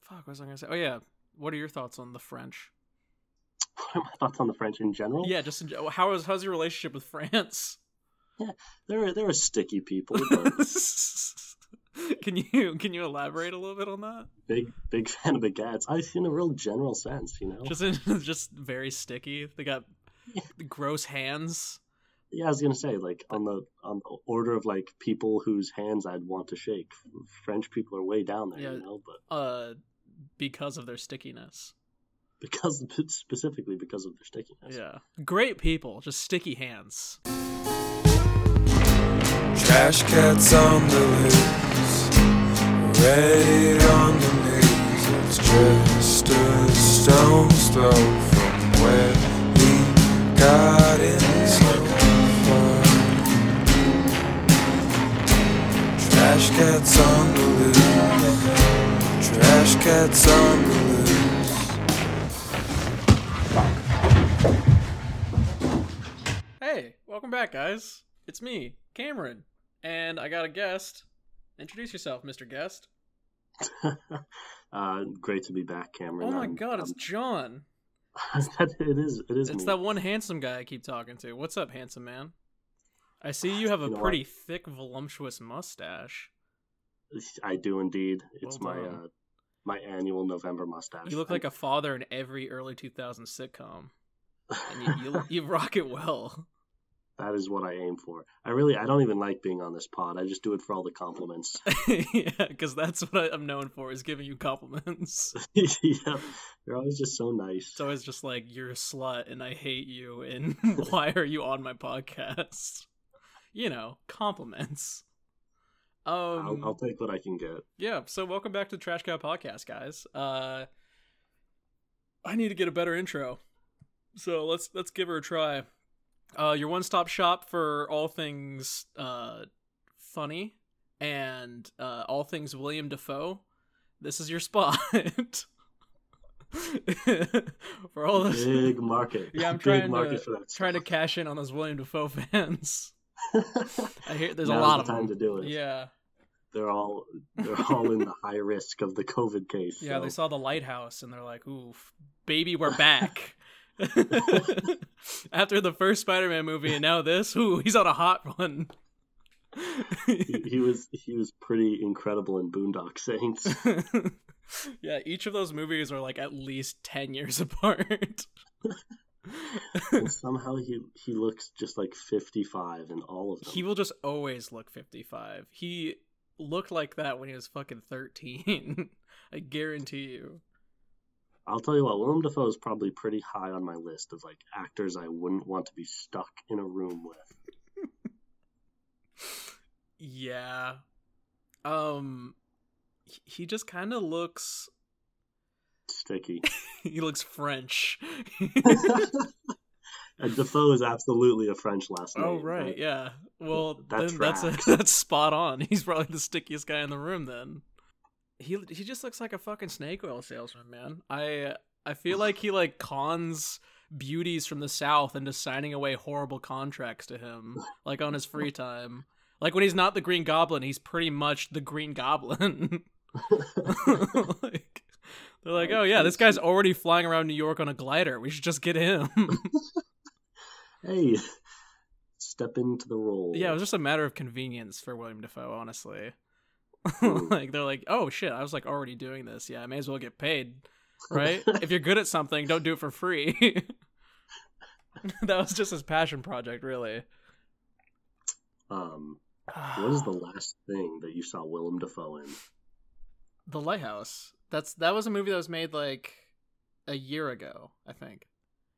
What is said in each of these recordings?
fuck was I going to say? Oh yeah, what are your thoughts on the French? What are my thoughts on the French in general? Yeah, just in, ge- how is how's your relationship with France? They're they're a sticky people. but can you can you elaborate a little bit on that? big big fan of baguettes. I in a real general sense, you know. Just in, just very sticky. They got gross hands. yeah, I was gonna say like on the on the order of like people whose hands I'd want to shake. French people are way down there, Yeah. you know. But Uh, because of their stickiness. because specifically because of their stickiness. Yeah, great people, just sticky hands. Trash cats on the loose, ready on the news. It's just a stone's throw from where he got in so far. Trash cats on the loose, trash cats on the loose. Hey, welcome back, guys. It's me, Cameron, and I got a guest. Introduce yourself, Mr. Guest. Uh, great to be back, Cameron. Oh my I'm- God, it's John. I'm- that- it is. It is. It's me. that one handsome guy I keep talking to. What's up, handsome man? I see you have a You know what? pretty thick, voluptuous mustache. I do indeed. It's Well my done. uh, my annual November mustache. You look like a father in every early 2000s sitcom, and you, you, you rock it well. that is what I aim for. I really. I don't even like being on this pod. I just do it for all the compliments. yeah, because that's what I, I'm known for is giving you compliments. yeah, you're always just so nice. It's always just like you're a slut and I hate you, and why are you on my podcast? You know, compliments. Um, I'll, I'll take what I can get. Yeah, so welcome back to the Trash Cow Podcast, guys. Uh I need to get a better intro. So let's let's give her a try. Uh your one stop shop for all things uh funny and uh all things William Defoe. This is your spot. for all those Big market. Yeah, I'm Big trying to market for that. trying to cash in on those William Defoe fans. stuff. I hear there's a Now's lot the of time them. to do it. Yeah. They're all they're all in the high risk of the COVID case. Yeah, they so saw the lighthouse and they're like, "Oof, baby, we're back." After the first Spider-Man movie and now this, ooh, he's on a hot one. he, he was he was pretty incredible in Boondock Saints. yeah, each of those movies are like at least 10 years apart. and somehow he he looks just like 55 in all of them. he will just always look 55. He looked like that when he was fucking 13. I guarantee you. I'll tell you what, Willem Dafoe is probably pretty high on my list of like actors I wouldn't want to be stuck in a room with. Yeah. Um he- he just kind of looks Sticky. he looks French. and Dafoe is absolutely a French last name. oh right, but yeah. Well, That then that's tracks. a, that's spot on. He's probably the stickiest guy in the room. Then he he just looks like a fucking snake oil salesman, man. I I feel like he like cons beauties from the south into signing away horrible contracts to him, like on his free time. Like when he's not the Green Goblin, he's pretty much the Green Goblin. like, they're like, oh yeah, this guy's already flying around New York on a glider. We should just get him. Hey, step into the role. Yeah, it was just a matter of convenience for William Defoe, honestly. Ooh. like they're like, oh shit, I was like already doing this. Yeah, I may as well get paid, right? if you're good at something, don't do it for free. that was just his passion project, really. Um, what is the last thing that you saw Willem Dafoe in? the lighthouse? That's that was a movie that was made like a year ago, I think.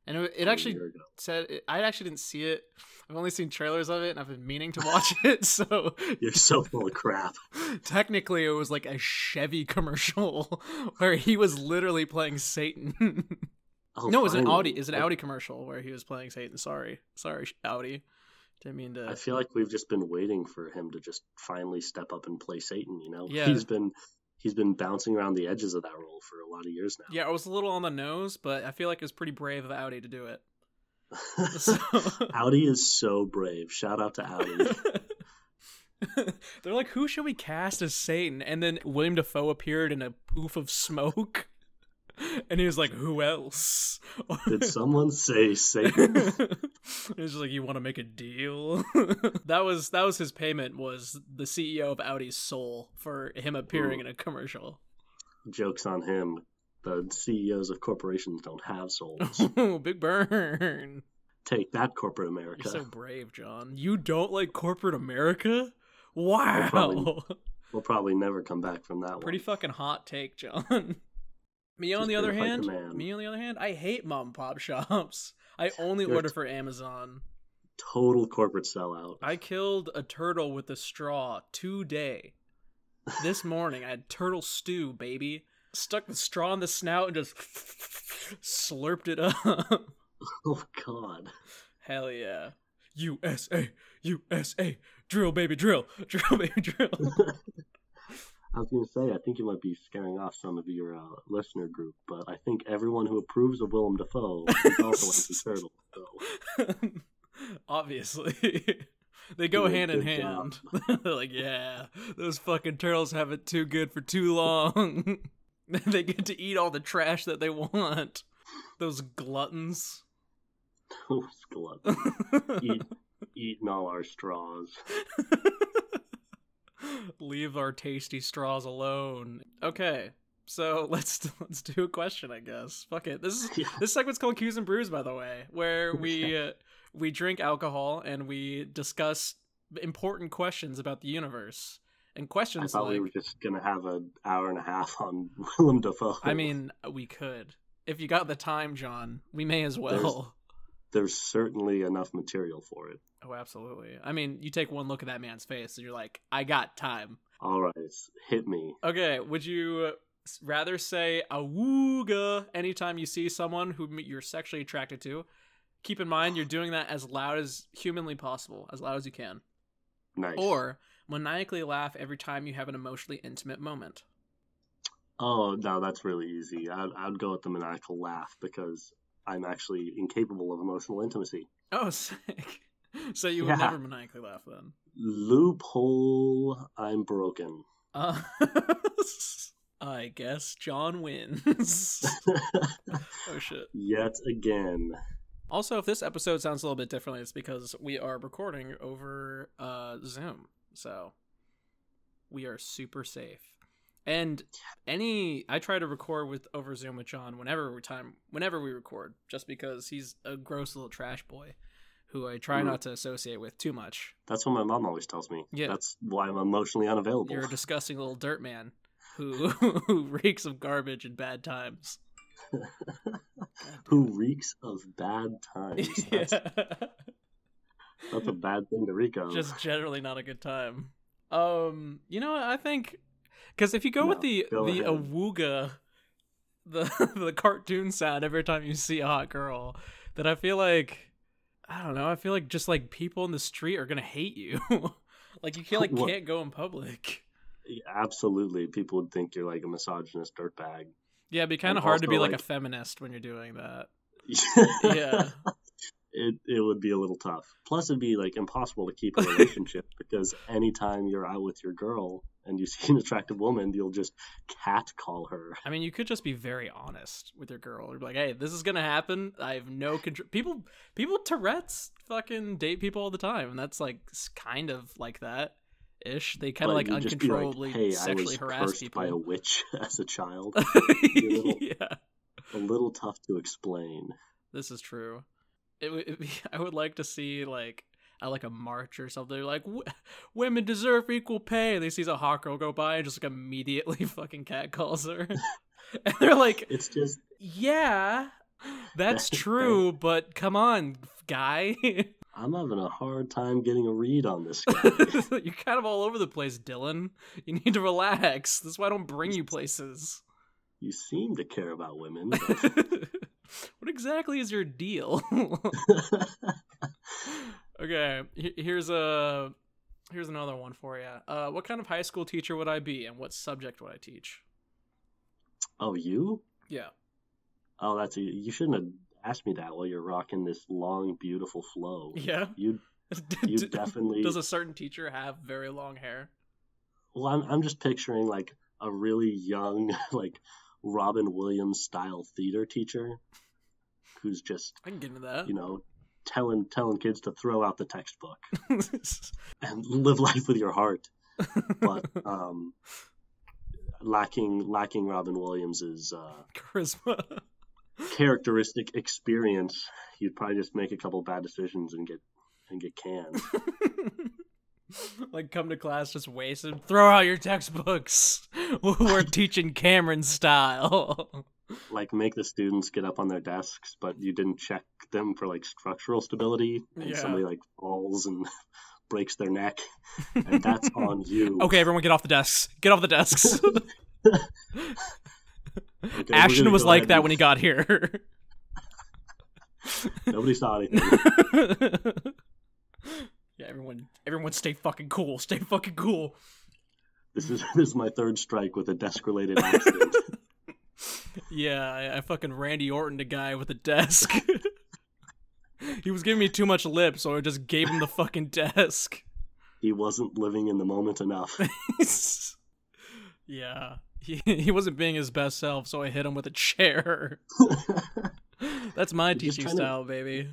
And it, it a actually year ago? said it, I actually didn't see it. I've only seen trailers of it, and I've been meaning to watch it. So You're so full of crap. Technically, it was like a Chevy commercial where he was literally playing Satan. I'll no, it was an finally- Audi. It was an Audi commercial where he was playing Satan. Sorry, sorry, Audi. Didn't mean I to. feel like we've just been waiting for him to just finally step up and play Satan. You know, Yeah. he's been he's been bouncing around the edges of that role for a lot of years now. Yeah, I was a little on the nose, but I feel like it was pretty brave of Audi to do it. So Audi is so brave. Shout out to Audi. They're like, who should we cast as Satan? And then William Defoe appeared in a poof of smoke, and he was like, who else? Did someone say Satan? it was just like you want to make a deal. that was that was his payment was the CEO of Audi's soul for him appearing Ooh. in a commercial. Jokes on him. The CEOs of corporations don't have souls. Ooh, Big burn. Take that, corporate America. You're so brave, John. You don't like corporate America? Well, probably- Wow. We'll probably never come back from that Pretty one. fucking hot take, John. Me on Just the gonna other fight the hand, man. me on the other hand, I hate mom and pop shops. I only You're order t- for Amazon. Total corporate sellout. I killed a turtle with a straw today. This morning, I had turtle stew, baby. Stuck the straw in the snout and just slurped it up. Oh God. Hell yeah. USA, USA, drill, baby, drill, drill, baby, drill. I was going to say, I think you might be scaring off some of your uh, listener group, but I think everyone who approves of Willem Dafoe is also anti-turtle. So Obviously. They go Doing a hand in good hand. They're like, yeah, those fucking turtles have it too good for too long. they get to eat all the trash that they want. Those gluttons. those gluttons Oh, eat, eating all our straws. Leave our tasty straws alone. Okay. So let's let's do a question, I guess. Fuck it. This is Yeah. this segment's called Cues and Brews, by the way, where we uh, we drink alcohol and we discuss important questions about the universe and I questions thought like we were just going to have an hour and a half on Willem Dafoe. I mean, uh, we could if you got the time, John. We may as well. there's certainly enough material for it. Oh, absolutely. I mean, you take one look at that man's face and you're like, I got time. All right, hit me. Okay, would you uh, s- rather say awooga anytime you see someone who m- you're sexually attracted to? Keep in mind, you're doing that as loud as humanly possible, as loud as you can. Nice. Or maniacally laugh every time you have an emotionally intimate moment. Oh no, that's really easy. I'd, I'd go with the maniacal laugh because I'm actually incapable of emotional intimacy. Oh, sick. So you would Yeah. never maniacally laugh then. Loophole. I'm broken. Uh, I guess John wins. oh, shit. Yet again. Also, if this episode sounds a little bit differently, it's because we are recording over uh, Zoom. So we are super safe. And any, I try to record with over Zoom with John whenever we time, whenever we record, just because he's a gross little trash boy, who I try Mm. not to associate with too much. That's what my mom always tells me. Yeah. That's why I'm emotionally unavailable. You're a disgusting little dirt man who who reeks of garbage and bad times. Who reeks of bad times? That's, that's a bad thing to reek of. just generally not a good time. Um, you know, what, I think because if you go with No, the go the ahead. awooga, the the cartoon sound every time you see a hot girl, then I feel like I don't know. I feel like just like people in the street are gonna hate you. like you can't like What? can't go in public. Absolutely, people would think you're like a misogynist dirtbag. Yeah, it'd be kind of And hard to also, be like, like- a feminist when you're doing that. Yeah, it it would be a little tough. Plus, it'd be like impossible to keep a relationship because anytime you're out with your girl and you see an attractive woman, you'll just catcall her. I mean, you could just be very honest with your girl. You're like, hey, this is gonna happen. I have no control. People, people with Tourette's fucking date people all the time, and that's like s- kind of like that ish. They kind of like But you'd just be uncontrollably "Hey, sexually I was harass cursed by a people. witch as a child. you little- yeah, a little tough to explain. this is true. It, would- it'd be, I would like to see like at like a march or something. Like w- women deserve equal pay. And they sees a hot girl go by and just like immediately fucking catcalls her, and they're like, It's just Yeah, that's true, but come on, guy. You're I'm having a hard time getting a read on this guy. kind of all over the place, Dylan. You need to relax. That's why I don't bring you places. you seem to care about women. But... what exactly is your deal? okay, he- here's a here's another one for you. Uh, what kind of high school teacher would I be, and what subject would I teach? oh, you? Yeah. Oh, that's you. You shouldn't have asked me that while you're rocking this long, beautiful flow. Yeah. You'd You definitely- does a certain teacher have very long hair? Well, I'm, I'm just picturing like a really young, like Robin Williams style theater teacher who's just, I can get into that. you know, telling telling kids to throw out the textbook and live life with your heart. But um, lacking lacking Robin Williams's uh, Charisma. characteristic experience, you'd probably just make a couple bad decisions and get and get canned. like come to class just wasted. Throw out your textbooks. We're teaching Cameron style. like make the students get up on their desks, but you didn't check them for like structural stability, and Yeah. somebody like falls and breaks their neck, and that's on you. Okay, everyone, get off the desks. Get off the desks. Okay, we're Ashton gonna was go like ahead that and- when he got here. Nobody saw anything. yeah, everyone, everyone, stay fucking cool. Stay fucking cool. this is this is my third strike with a desk related accident. Yeah, I, I fucking Randy Orton, the guy with the desk. he was giving me too much lip, so I just gave him the fucking desk. he wasn't living in the moment enough. yeah, he he wasn't being his best self, so I hit him with a chair. That's my You're just teaching trying to- style, baby.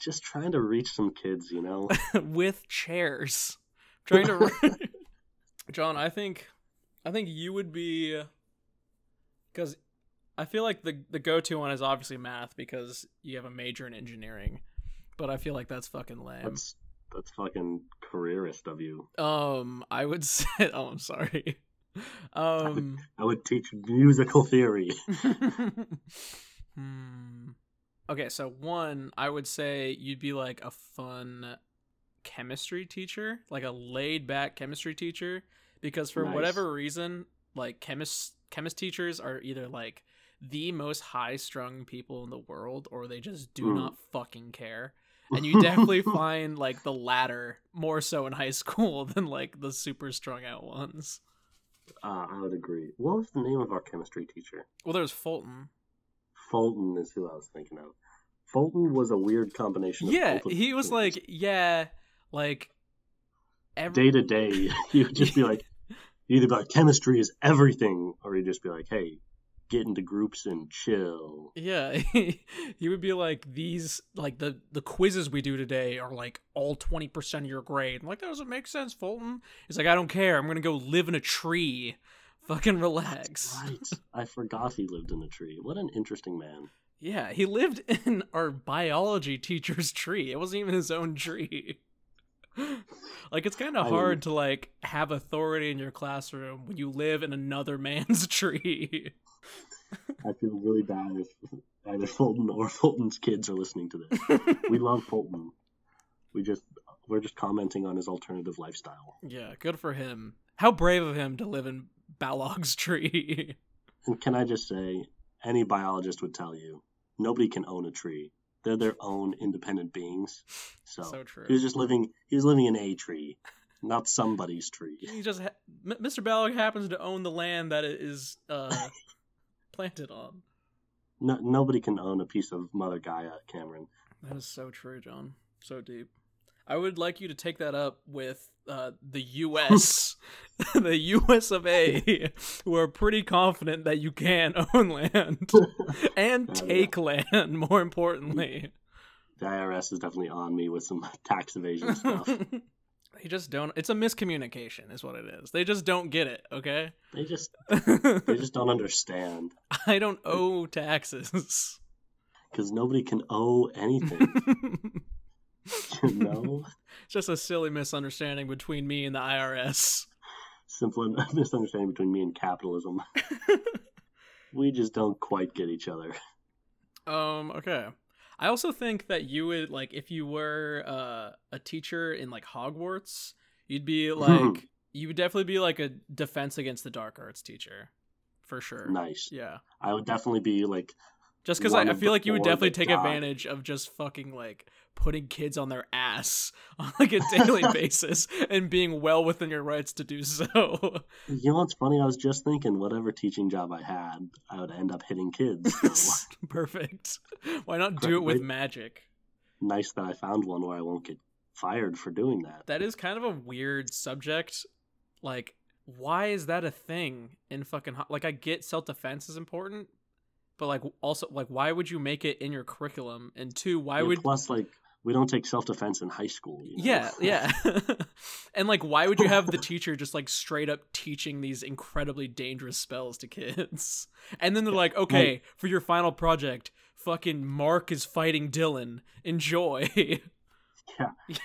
Just trying to reach some kids, you know. with chairs. Trying to John, I think I think you would be cuz I feel like the the go-to one is obviously math because you have a major in engineering. But I feel like that's fucking lame. That's that's fucking careerist of you. Um I would say Oh, I'm sorry. Um I would teach musical theory. hmm. Okay, so one, I would say you'd be like a fun chemistry teacher, like a laid back chemistry teacher, because for Nice. whatever reason, like chemist chemist teachers are either like the most high strung people in the world or they just do Mm. not fucking care. And you definitely find like the latter more so in high school than like the super strung out ones. Uh, I would agree. What was the name of our chemistry teacher? Well, there's Fulton. Fulton is who I was thinking of. Fulton was a weird combination. Of Yeah, multiple he was things. like, yeah, like every day to day. He would just be like, he'd either be like, chemistry is everything, or he'd just be like, hey, get into groups and chill. yeah, he, he would be like these like the the quizzes we do today are like all 20% of your grade. I'm like that doesn't make sense, Fulton. He's like I don't care. I'm going to go live in a tree. Fucking relax. Right. I forgot he lived in a tree. What an interesting man. Yeah, he lived in our biology teacher's tree. It wasn't even his own tree. like it's kind I of mean- hard to like have authority in your classroom when you live in another man's tree. I feel really bad if either Fulton or Fulton's kids are listening to this. we love Fulton. We just we're just commenting on his alternative lifestyle. Yeah, good for him. How brave of him to live in Balog's tree. And can I just say, any biologist would tell you, nobody can own a tree. They're their own independent beings. So, So true. he was just living. He was living in a tree, not somebody's tree. he just ha- M- Mr. Balog happens to own the land that it is uh planted on. No, nobody can own a piece of Mother Gaia, Cameron. That is so true, John. So deep. I would like you to take that up with uh, the U.S., the U.S. of A., who are pretty confident that you can own land and Oh, yeah. take land. More importantly, The IRS is definitely on me with some tax evasion stuff. they just don't. It's a miscommunication, is what it is. They just don't get it. Okay. they just they just don't understand I don't owe taxes. because nobody can owe anything. it's you know, just a silly misunderstanding between me and the IRS. simple misunderstanding between me and capitalism. we just don't quite get each other. Um, okay. I also think that you would like if you were uh, a teacher in like Hogwarts, you'd be like you would definitely be like a defense against the dark arts teacher. For sure. Nice. Yeah. I would definitely be like Just because One I, I of feel the like you would four definitely that take die. advantage of just fucking like putting kids on their ass on like a daily basis and being well within your rights to do so. You know what's funny? I was just thinking, whatever teaching job I had, I would end up hitting kids. So Perfect. Why not do it with Correct. magic? nice that I found one where I won't get fired for doing that. That is kind of a weird subject. Like, why is that a thing in fucking ho- like? I get self defense is important, but like also like why would you make it in your curriculum? And two, why And would plus like we don't take self defense in high school. you know? yeah yeah, and like why would you have the teacher just like straight up teaching these incredibly dangerous spells to kids? And then they're like, okay, for your final project, fucking Mark is fighting Dylan. Enjoy.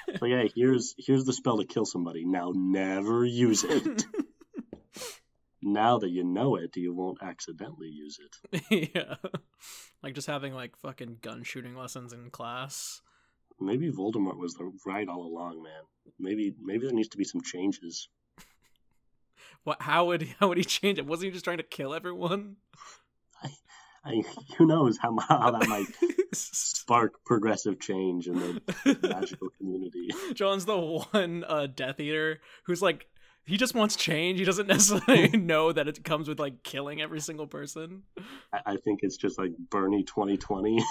It's like, hey, here's here's the spell to kill somebody. Now never use it. now that you know it, you won't accidentally use it. yeah. Like just having like fucking gun shooting lessons in class. Maybe Voldemort was the right all along, man. Maybe maybe there needs to be some changes. What how would how would he change it? Wasn't he just trying to kill everyone? I, who knows how how that might spark progressive change in the magical community. John's the one uh Death Eater who's like he just wants change. He doesn't necessarily know that it comes with like killing every single person. I, I think it's just like Bernie 2020.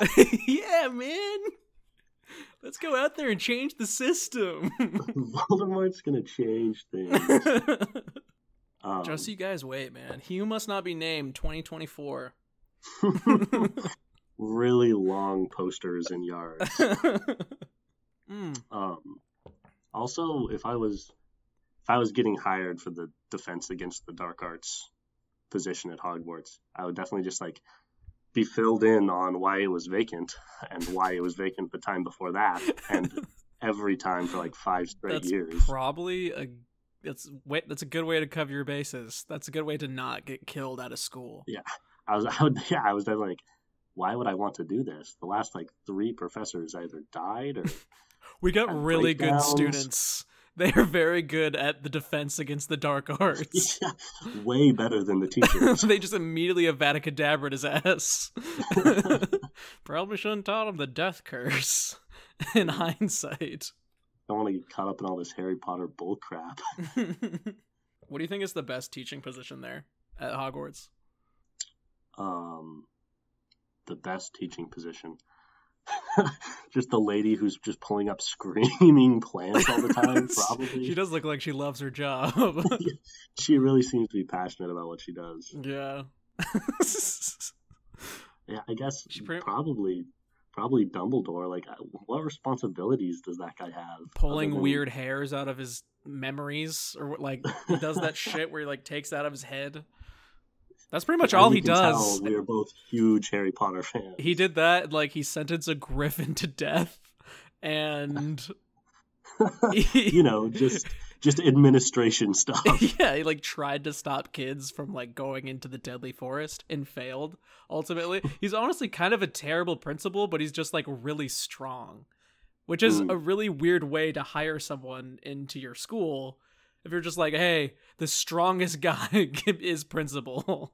yeah, man. Let's go out there and change the system. Voldemort's gonna change things. Um, Just so you guys wait, man. Hugh must not be named Hmm. 2024. really long posters in yards. Mm. Um, also, if I was if I was getting hired for the defense against the dark arts position at Hogwarts, I would definitely just like be filled in on why it was vacant and why it was vacant the time before that and every time for like five straight that's years. probably a that's wait that's a good way to cover your bases. That's a good way to not get killed out of school. I was I would yeah, I was definitely like why would I want to do this? The last like three professors either died or We got And really good breakdowns. students. They are very good at the defense against the dark arts. yeah, way better than the teachers. they just immediately avada at his ass. Probably shouldn't taught him the death curse. In hindsight, don't want to get caught up in all this Harry Potter bullcrap. what do you think is the best teaching position there at Hogwarts? Um, the best teaching position. just the lady who's just pulling up screaming plants all the time, probably. she does look like she loves her job. She really seems to be passionate about what she does. yeah. Yeah, I guess She pretty- probably probably Dumbledore. Like, I- what responsibilities does that guy have? pulling other than- weird hairs out of his memories or what like he does that shit where he like takes it out of his head that's pretty much And all you he can does tell we are both huge Harry Potter fans. he did that like he sentenced a griffin to death and you know, just just administration stuff. yeah he like tried to stop kids from like going into the deadly forest and failed ultimately he's honestly kind of a terrible principal but he's just like really strong which is Mm. a really weird way to hire someone into your school if you're just like hey the strongest guy is principal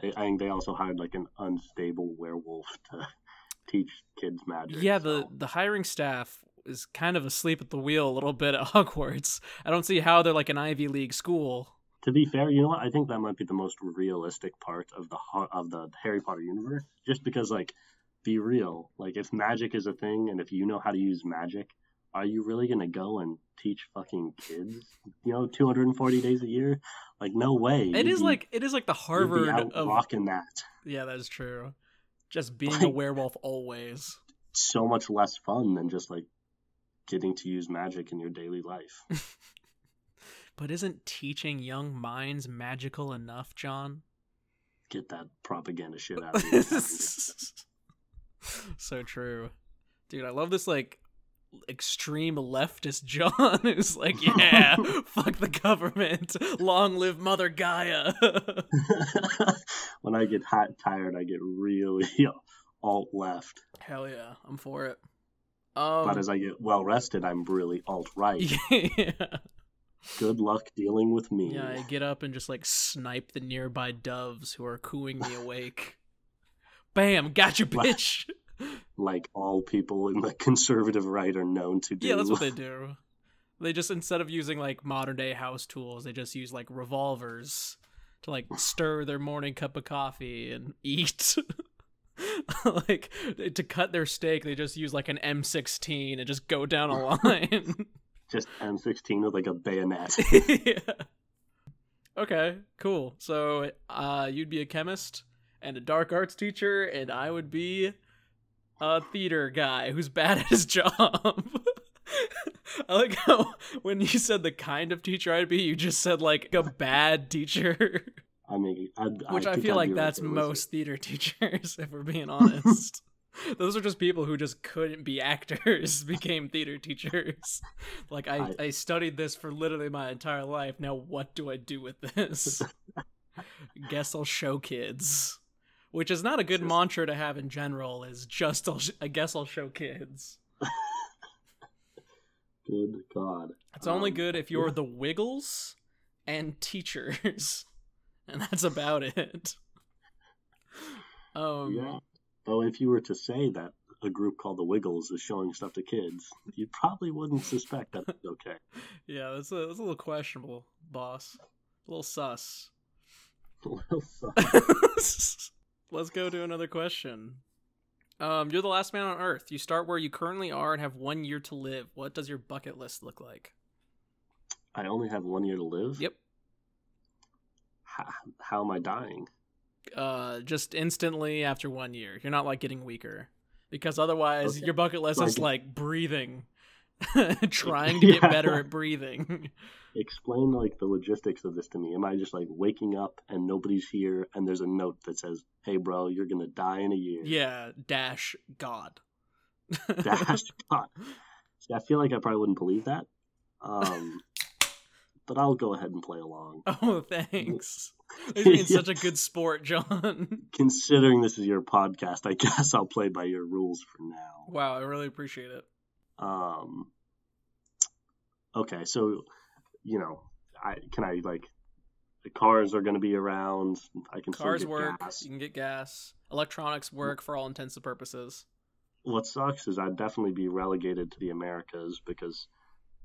They, I think they also hired like an unstable werewolf to teach kids magic. yeah the so- the hiring staff is kind of asleep at the wheel a little bit at hogwarts i don't see how they're like an ivy league school to be fair, you know what? I think that might be the most realistic part of the ho- of the Harry Potter universe, just because like, be real. Like, if magic is a thing, and if you know how to use magic, are you really gonna go and teach fucking kids? You know, 240 days a year. Like, no way. it You'd is be- like it is like the you'd be harvard out of rocking that. Yeah, that is true. Just being a Like- werewolf always. So much less fun than just like getting to use magic in your daily life. But isn't teaching young minds magical enough, John? Get that propaganda shit out of here. so true. Dude, I love this like extreme leftist John who's like, yeah, fuck the government. Long live Mother Gaia. when I get hot and tired, I get really alt left. Hell yeah, I'm for it. Um, but as I get well rested, I'm really alt right. yeah. Good luck dealing with me. Yeah, I get up and just like snipe the nearby doves who are cooing me awake. Bam, gotcha, Wow. bitch. Like all people in the conservative right are known to do. yeah, that's what they do. They just instead of using like modern day house tools, they just use like revolvers to like stir their morning cup of coffee and eat. like to cut their steak, they just use like an M16 and just go down a line. Just M16 with like a bayonet. yeah. Okay, cool. So uh, you'd be a chemist and a dark arts teacher, and I would be a theater guy who's bad at his job. I like how when you said the kind of teacher I'd be, you just said like a bad teacher, I mean, I, which I, think feel I'd like be right that's there with you. most theater teachers, if we're being honest. Those are just people who just couldn't be actors, became theater teachers. Like I, I, studied this for literally my entire life. Now what do I do with this? Guess I'll show kids, which is not a good Just- mantra to have in general. Is just I'll sh- I guess I'll show kids. Good God. It's only Um, good if you're yeah. the Wiggles and teachers, and that's about it. Um, Yeah. Though if you were to say that a group called the Wiggles is showing stuff to kids, you probably wouldn't suspect that. Okay. yeah, that's a that's a little questionable, boss. A little sus. Well, so- Let's go to another question. Um, you're the last man on Earth. You start where you currently are and have one year to live. What does your bucket list look like? I only have one year to live. Yep. How, how am I dying? Uh, just instantly after one year. You're not like getting weaker because otherwise Okay. your bucket list is Like- like breathing, trying to get Yeah. better at breathing. Explain like the logistics of this to me. Am I just like waking up and nobody's here and there's a note that says, "Hey, bro, you're gonna die in a year." yeah, dash God. Dash God. See, I feel like I probably wouldn't believe that. Um, but I'll go ahead and play along. oh, thanks. You're being such a good sport, John. Considering this is your podcast, I guess I'll play by your rules for now. Wow, I really appreciate it. Um. Okay, so you know, I can I like the cars are going to be around. I can still Cars get work. gas. Mm-hmm. You can get gas. Electronics work for all intents and purposes. What sucks is I'd definitely be relegated to the Americas because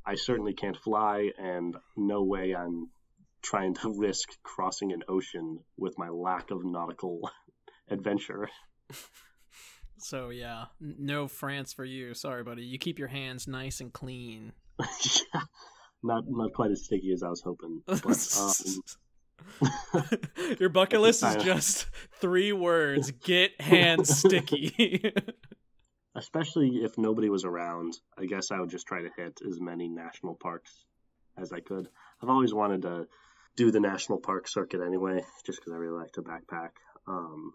I certainly can't fly, and no way I'm trying to risk crossing an ocean with my lack of nautical adventure. So yeah, n- no France for you. Sorry, buddy. You keep your hands nice and clean. yeah, not not quite as sticky as I was hoping. But, um, your bucket list is I- just three words: get hands sticky. especially if nobody was around, I guess I would just try to hit as many national parks as I could. I've always wanted to do the national park circuit anyway, just because I really like to backpack. Um,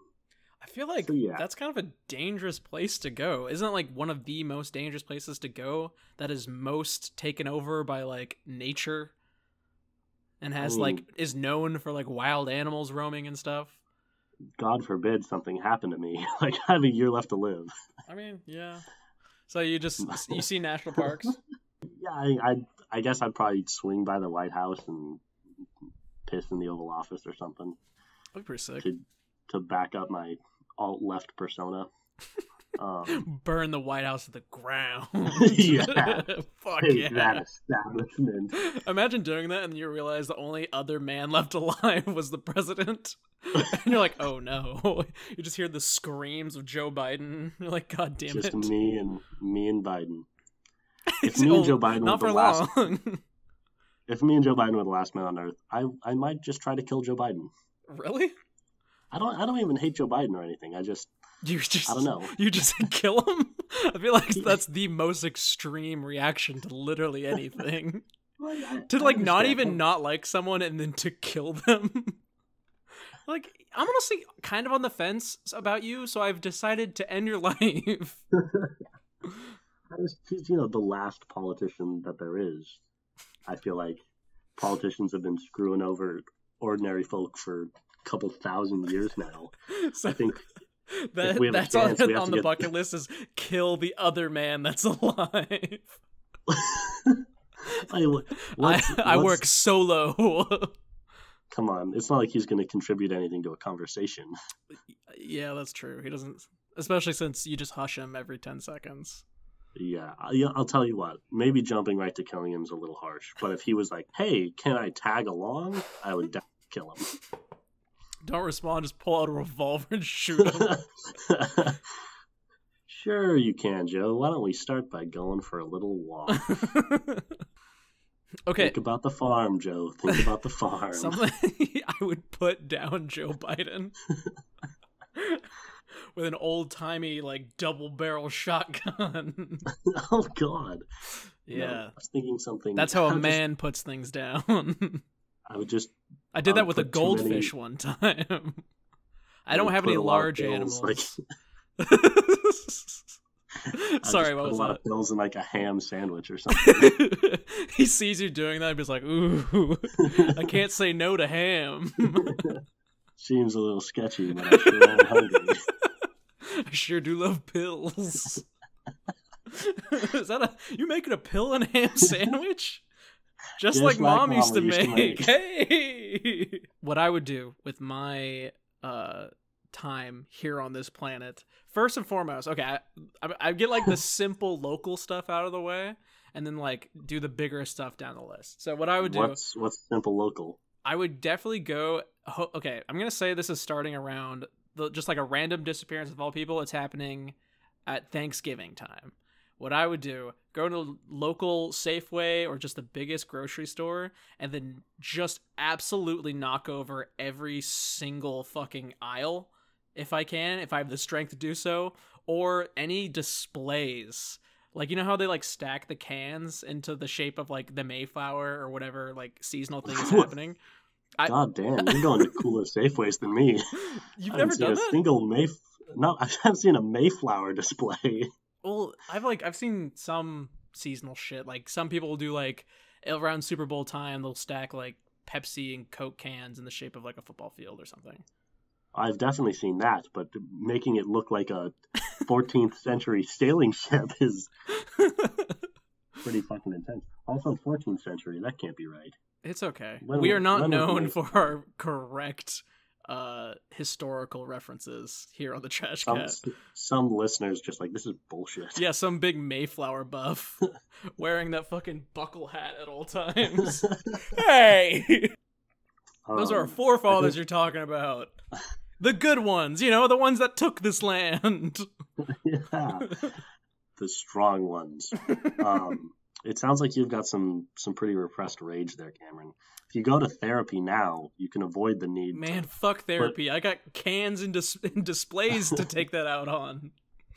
I feel like So, yeah. that's kind of a dangerous place to go. Isn't it like one of the most dangerous places to go that is most taken over by like nature and has mean- like is known for like wild animals roaming and stuff? God forbid something happened to me. like I have a year left to live. I mean, yeah. So you just you see national parks. Yeah, I, I, I guess I'd probably swing by the White House and piss in the Oval Office or something That'd be pretty sick. to to back up my alt left persona. Um, Burn the White House to the ground. Yeah. Fuck take yeah. that establishment. Imagine doing that and you realize the only other man left alive was the president. And you're like, oh no. You just hear the screams of Joe Biden. You're like, god damn just it. me and me and Biden. If It's- me and oh, Joe Biden were Not the for last, long. if me and Joe Biden were the last man on earth, I I might just try to kill Joe Biden. really? I don't I don't even hate Joe Biden or anything. I just You just I don't know. You just kill him? I feel like that's the most extreme reaction to literally anything. Like, I- to I like not understand. even not like someone and then to kill them like i'm honestly kind of on the fence about you so i've decided to end your life I just- he's, you know the last politician that there is. I feel like politicians have been screwing over ordinary folk for a couple thousand years now. so I think that, if we have a that's on, chance, we have on to the get- bucket list is kill the other man that's alive I, let's- I, I let's- work solo Come on, it's not like he's going to contribute anything to a conversation. yeah that's true he doesn't especially since you just hush him every 10 seconds Yeah, I- yeah, I'll tell you what. Maybe jumping right to killing him is a little harsh, but if he was like, "Hey, can I tag along?" I would definitely kill him. don't respond, just pull out a revolver and shoot him. sure, you can, Joe. Why don't we start by going for a little walk? okay, Think about the farm, Joe. Think about the farm. something I would put down Joe Biden with an old timey like double barrel shotgun. oh God. No, yeah, I was thinking something. that's how I a would just- man puts things down. I would just. I did I that would with a put too many- goldfish one time. I I don't would have put any a lot of large bills, animals. like- I'd Sorry, just what put was a lot that? of pills in like a ham sandwich or something. he sees you doing that and he's like, ooh, I can't say no to ham. Seems a little sketchy, but I sure am hungry. I sure do love pills. Is that a you making a pill and ham sandwich? Just, Just like, like mom used to, Mama used to make. make. Hey, what I would do with my uh time here on this planet, first and foremost, okay, I, I, I get like the simple local stuff out of the way, and then like do the bigger stuff down the list. So what I would do, What's what's simple local? I would definitely go. ho- Okay, I'm gonna say this is starting around the, just like a random disappearance of all people. It's happening at Thanksgiving time. What I would do: go to the local Safeway or just the biggest grocery store, and then just absolutely knock over every single fucking aisle if I can, if I have the strength to do so, or any displays. Like you know how they like stack the cans into the shape of like the Mayflower or whatever like seasonal thing is happening. I- God damn, you're going to cooler Safeways than me. You've I never haven't seen done a that? single May. No, I haven't seen a Mayflower display. Well, I've like I've seen some seasonal shit. Like some people will do like around Super Bowl time, they'll stack like Pepsi and Coke cans in the shape of like a football field or something. I've definitely seen that, but making it look like a 14th century sailing ship is pretty fucking intense. Also, 14th century, that can't be right. it's okay. When we was- are not when was known May- for our correct uh historical references here on the trash Some, cat. some listeners just like, this is bullshit. Yeah, some big Mayflower buff wearing that fucking buckle hat at all times. hey, those are our Um, forefathers you're talking about. The good ones, you know, the ones that took this land. yeah, the strong ones. Um, it sounds like you've got some some pretty repressed rage there, Cameron. If you go to therapy now, you can avoid the need. to- Man, fuck therapy. I got cans and, dis- and displays to take that out on.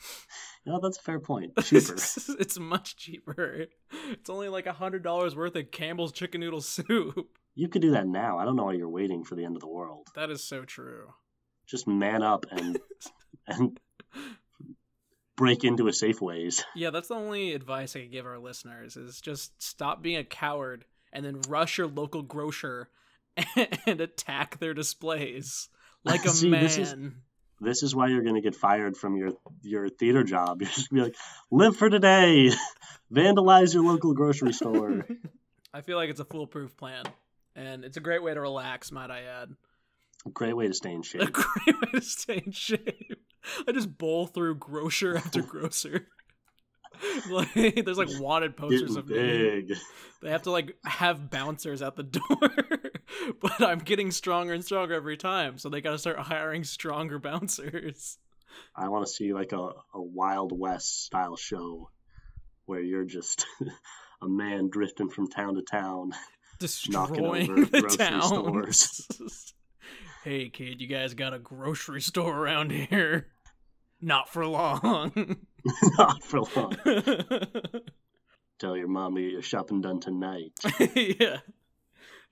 no, that's a fair point. Cheaper. it's it's much cheaper. It's only like a hundred dollars worth of Campbell's chicken noodle soup. you could do that now. I don't know why you're waiting for the end of the world. That is so true. Just man up and and break into a Safeways. Yeah, that's the only advice I could give our listeners is just stop being a coward and then rush your local grocer and attack their displays like a See, man. this is- This is why you're gonna get fired from your your theater job. You're just gonna be like, live for today, vandalize your local grocery store. I feel like it's a foolproof plan. And it's a great way to relax, might I add. Great way to stay in A shape. great way to stay in shape. I just bowl through grocer after grocer. like there's like wanted posters Getting of me. big. They have to like have bouncers at the door. but I'm getting stronger and stronger every time, so they gotta start hiring stronger bouncers. I want to see like a, a Wild West style show where you're just a man drifting from town to town. Destroying over the grocery town. stores. hey kid, you guys got a grocery store around here. Not for long. Not for long. Tell your mom to get your shopping done tonight. yeah.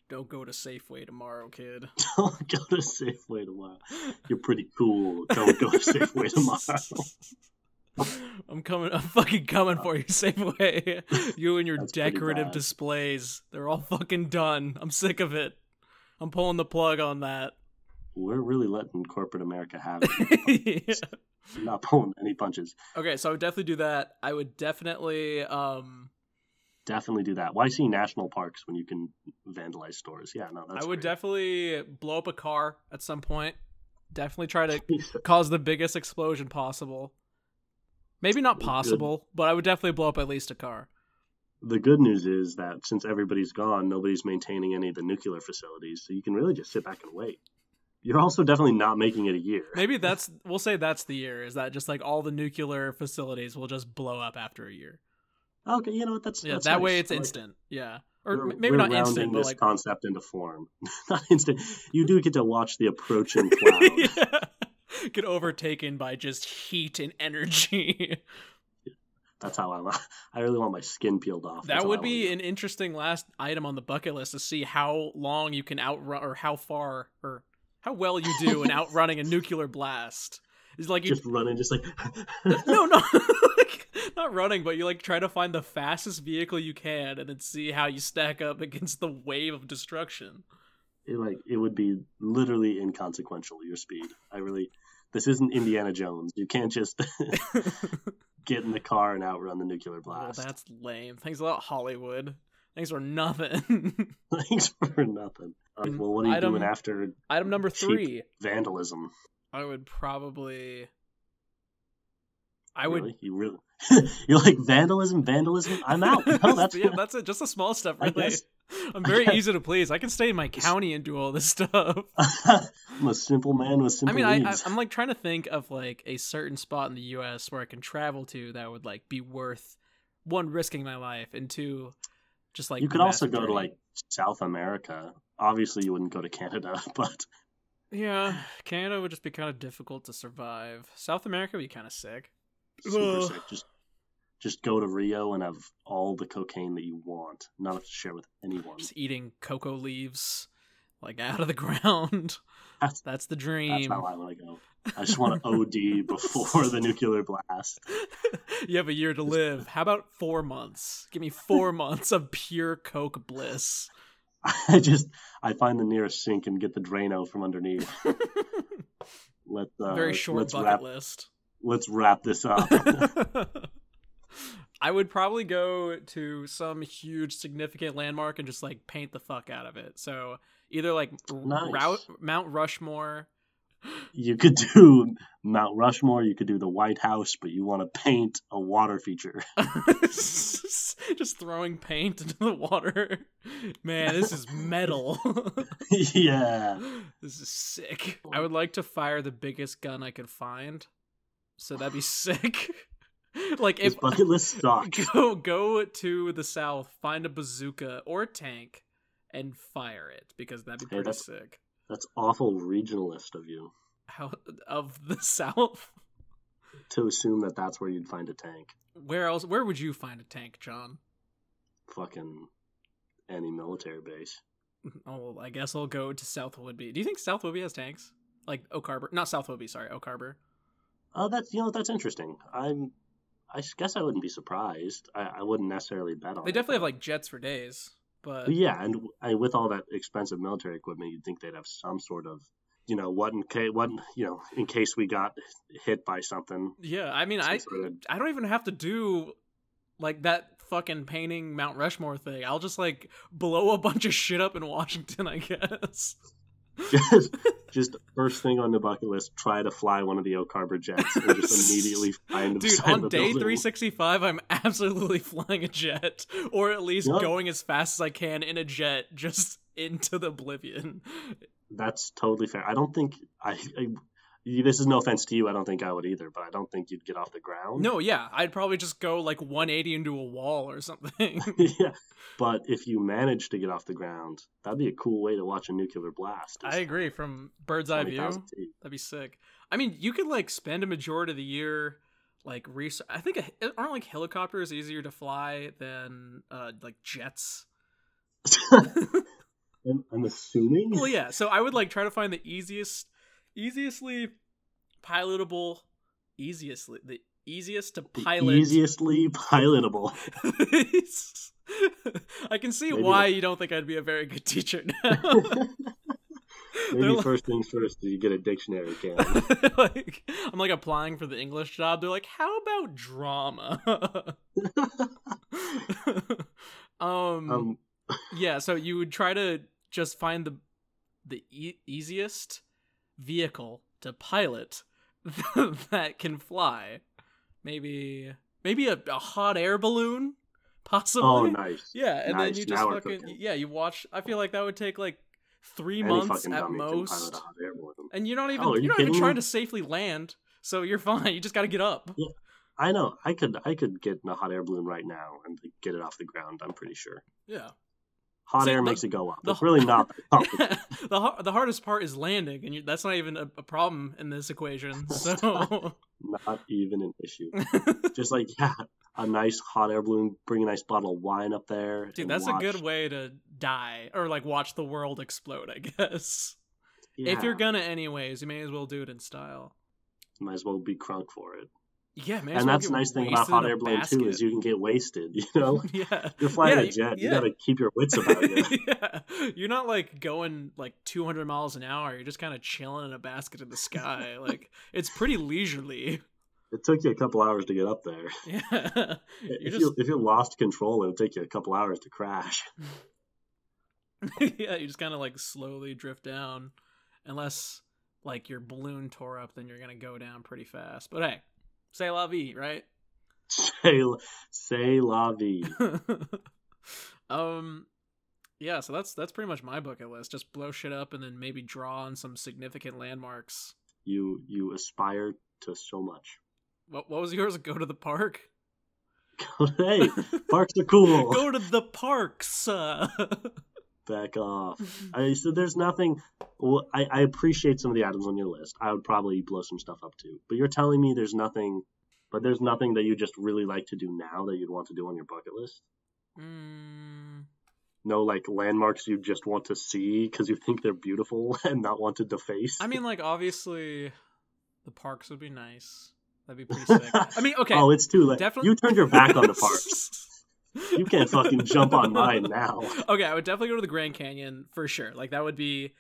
Don't go to Safeway tomorrow, kid. Don't go to Safeway tomorrow. You're pretty cool. Don't go to Safeway tomorrow. I'm coming. I'm fucking coming for you, Safeway. You and your That's pretty decorative bad. displays. They're all fucking done. I'm sick of it. I'm pulling the plug on that. We're really letting corporate America have it. Yeah. We're not pulling any punches. Okay, so I would definitely do that. I would definitely. um Definitely do that. Why see national parks when you can vandalize stores? Yeah, no, that's I would great. definitely blow up a car at some point. Definitely try to cause the biggest explosion possible. Maybe not Good. possible, but I would definitely blow up at least a car. the good news is that since everybody's gone, nobody's maintaining any of the nuclear facilities, so you can really just sit back and wait. You're also definitely not making it a year. Maybe that's we'll say that's the year. Is that just like all the nuclear facilities will just blow up after a year? Okay, you know what? That's Yeah, that's that nice. way it's Like, instant. Yeah, or we're- m- maybe we're not rounding instant, but this like concept into form. not instant. You do get to watch the approach and cloud. yeah. get overtaken by just heat and energy. That's how I'm. I really want my skin peeled off. that That's all I would wanna be do. an interesting last item on the bucket list to see how long you can outrun or how far or how well you do in outrunning a nuclear blast. It's like you just running, just like no, no, like, not running, but you like try to find the fastest vehicle you can, and then see how you stack up against the wave of destruction. it, like it would be literally inconsequential your speed. I really. This isn't Indiana Jones. You can't just get in the car and outrun the nuclear Well, blast. that's lame. Thanks a lot, Hollywood. Thanks for nothing. Thanks for nothing. Like, well, what are you Item- doing after Item number Cheap. three. vandalism? I would probably. I would. Really? You really? You're like vandalism, vandalism. I'm out. No, that's yeah, that's it. Just the small stuff, I really. guess- I'm very easy to please. I can stay in my county and do all this stuff. I'm a simple man with I simple mean, I, I, needs. I'm like trying to think of like a certain spot in the U.S. where I can travel to that would like be worth one risking my life and two, just like you could mass also go to dirty. like South America. Obviously, you wouldn't go to Canada, but yeah, Canada would just be kind of difficult to survive. South America would be kind of sick. super Ugh. sick. Just, just go to Rio and have all the cocaine that you want. Not have to share with anyone. Just eating cocoa leaves like out of the ground. That's- That's the dream. That's how I want to go. I just want to OD before the nuclear blast. you have a year to live. How about four months? Give me four months of pure coke bliss. I just, I find the nearest sink and get the Drano from underneath. Let's uh, Very short let's bucket wrap, list. Let's wrap this up. I would probably go to some huge significant landmark and just like paint the fuck out of it. So either like r- Nice. Rou- Mount Rushmore. you could do Mount Rushmore. You could do the White House, but you want to paint a water feature. just throwing paint into the water. Man, this is metal. yeah. this is sick. I would like to fire the biggest gun I could find. So that'd be sick. like This if bucket list sucks. go go to the south, find a bazooka or a tank, and fire it because that'd be Hey, pretty that's- sick. That's awful regionalist of you How of the south? to assume that that's where you'd find a tank. Where else? Where would you find a tank, John? Fucking any military base. Oh, well, I guess I'll go to South Woodby. Do you think South Woodby has tanks? Like Oak Harbor, not South Woodby. Sorry, Oak Harbor. Oh, that's you know that's interesting. I'm. I s- guess I wouldn't be surprised. I, I wouldn't necessarily bet on. They it, definitely have but- like jets for days, but But yeah, and w- I, with all that expensive military equipment, you'd think they'd have some sort of, you know, what in case, what in- you know, in case we got hit by something. yeah. I mean, I Some sort of- I don't even have to do like that fucking painting Mount Rushmore thing. I'll just like blow a bunch of shit up in Washington, I guess. just, just first thing on the bucket list, try to fly one of the Oak Harbor jets and just immediately find the Dude, side of on a day building. 365, I'm absolutely flying a jet, or at least Yep. going as fast as I can in a jet just into the oblivion. That's totally fair. I don't think I, I. you- This is no offense to you. I don't think I would either, but I don't think you'd get off the ground. No, yeah, I'd probably just go like 180 into a wall or something. yeah, but if you manage to get off the ground, that'd be a cool way to watch a nuclear blast. I agree from bird's eye view. 20,000 feet. That'd be sick. I mean, you could like spend a majority of the year like research. I think a, aren't like helicopters easier to fly than uh like jets. I'm, I'm assuming. well, yeah. So I would like try to find the easiest, easiestly pilotable, easiestly the easiest to The pilot. Easiestly pilotable. I can see Maybe why the- you don't think I'd be a very good teacher now. Maybe like- first things first, you get a dictionary can. like I'm like applying for the English job. They're like, "How about drama?" um, Um, yeah, so you would try to just find the the e- easiest vehicle to pilot that can fly. Maybe maybe a, a hot air balloon possibly. oh, nice. Yeah, and Nice, then you now just we're fucking cooking. yeah, you watch. I feel like that would take like three Any months fucking at dummy can pilot most, a hot air balloon. and you're not even Oh, are you you're not even kidding trying me? to safely land, so you're fine. You just got to get up. I know. I could I could get in a hot air balloon right now and like, get it off the ground. I'm pretty sure. Yeah. Hot See, air the- makes it go up. the- it's really not that complicated. the har- the hardest part is landing, and you, that's not even a, a problem in this equation. So not even an issue. Just like yeah, a nice hot air balloon. Bring a nice bottle of wine up there. Dude, and that's watch- a good way to die or like watch the world explode, I guess. If you're Yeah, gonna anyways, you may as well do it in style. might as well be crunk for it. Yeah, man. and that's the nice thing about hot air balloon too is you can get wasted. You know, yeah. you're flying Yeah, a you- jet. You yeah. gotta keep your wits about you. yeah. You're not like going like 200 miles an hour. You're just kind of chilling in a basket in the sky. like it's pretty leisurely. It took you a couple hours to get up there. Yeah. If, just- you, if you lost control, it would take you a couple hours to crash. yeah, you just kind of like slowly drift down, unless like your balloon tore up, then you're gonna go down pretty fast. But hey, say la vie, right? Say, say la vie. um, yeah. So that's that's pretty much my bucket list. Just blow shit up and then maybe draw on some significant landmarks. You you aspire to so much. What what was yours? Go to the park. hey, parks are cool. go to the parks. Uh... Back off. I so there's nothing. Well, I, I appreciate some of the items on your list. I would probably blow some stuff up too. But you're telling me there's nothing. But there's nothing that you just really like to do now that you'd want to do on your bucket list. Mm, No, like landmarks you just want to see because you think they're beautiful and not want to deface. I mean, like obviously, the parks would be nice. That'd be pretty sick. I mean, okay. Oh, it's too late. Definitely. You turned your back on the parks. You can't fucking jump on mine mine. now. Okay, I would definitely go to the Grand Canyon for sure. Like that would be,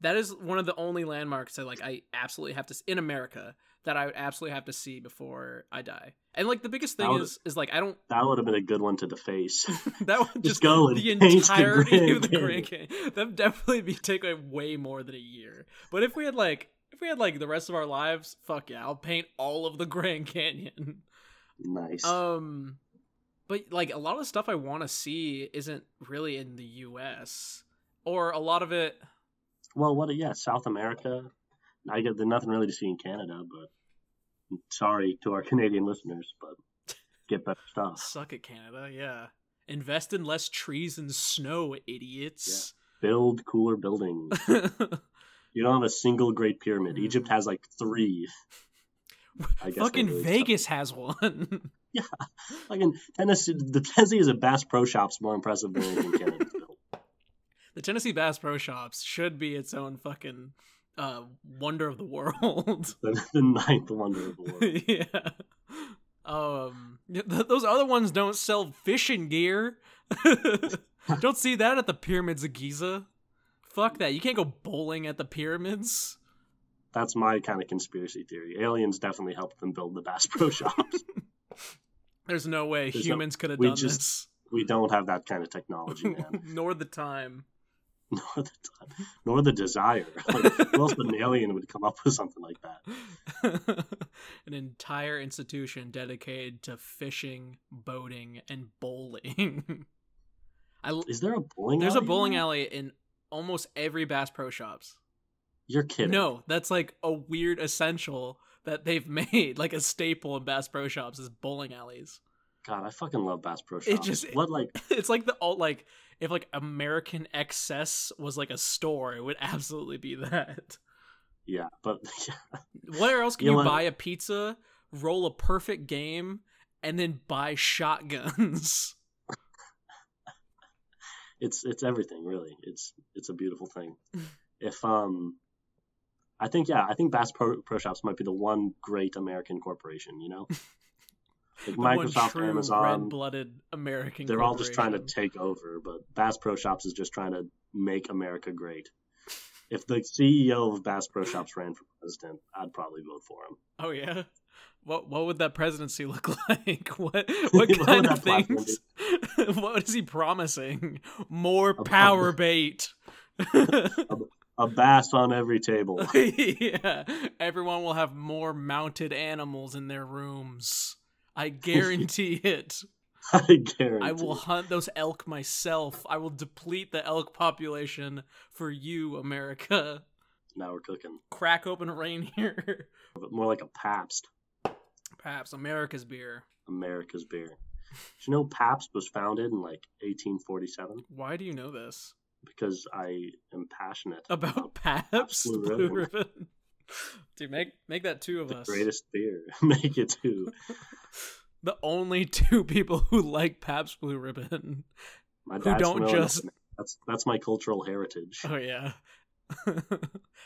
that is one of the only landmarks that like I absolutely have to s- in America that I would absolutely have to see before I die. And like the biggest That thing would- is is like I don't That would have been a good one to deface. that would just, go and the paint the entirety of Grand the Grand Canyon. That would definitely be take like, way more than a year. But if we had like if we had like the rest of our lives, fuck yeah, I'll paint all of the Grand Canyon. nice. Um, but like a lot of the stuff I want to see isn't really in the U.S. or a lot of it. well, what? Yeah, South America. I get there's nothing really to see in Canada, but sorry to our Canadian listeners, but get better stuff. Suck it, Canada. Yeah, invest in less trees and snow, idiots. Build cooler buildings. You don't have a single great pyramid. Mm. Egypt has like three. I guess Fucking they really Vegas has one. suck. Fucking Tennessee. The Tennessee is a Bass Pro Shop's more impressive than anything Canada built. the Tennessee Bass Pro Shops should be its own fucking uh, wonder of the world. The, the ninth wonder of the world. yeah. Um, th- those other ones don't sell fishing gear. don't see that at the pyramids of Giza. Fuck that. You can't go bowling at the pyramids. That's my kind of conspiracy theory. Aliens definitely helped them build the Bass Pro Shops. There's no way There's no- humans could have we done just- we don't have that kind of technology, this. man. Nor the time. nor the time, nor the desire. Like, who else but an alien would come up with something like that? An entire institution dedicated to fishing, boating, and bowling. I, l- Is there a bowling? there's a alley bowling now? alley in almost every Bass Pro Shops. You're kidding. No, that's like a weird essential that they've made, like a staple in Bass Pro Shops is bowling alleys. God, I fucking love Bass Pro Shops. just- what like It's like the alt like if like American excess was like a store, it would absolutely be that. yeah, but Where else can you, You know what? buy a pizza, roll a perfect game, and then buy shotguns? it's it's everything really. It's it's a beautiful thing. If um, I think yeah, I think Bass Pro, Pro Shops might be the one great American corporation. You know, like The one Microsoft, true Amazon, red-blooded American. they're all just trying to corporation. take over, but Bass Pro Shops is just trying to make America great. If the CEO of Bass Pro Shops ran for president, I'd probably vote for him. Oh yeah. What what would that presidency look like? What what would kind that of platform things? what is he promising? More pub- power bait. A bass on every table. yeah. Everyone will have more mounted animals in their rooms. I guarantee it. I guarantee. I will hunt those elk myself. I will deplete the elk population for you, America. Now we're cooking. Crack open a reindeer. But more like a Pabst, Perhaps America's beer. America's beer. Did you know Pabst was founded in like 1847? Why do you know this? Because I am passionate About Pabst Blue Blue Ribbon. Ribbon. Dude, make make that two of the us. greatest beer. Make it two. The only two people who like Pabst Blue Ribbon. My Who dad's don't from just- Illinois. That's that's my cultural heritage. Oh yeah.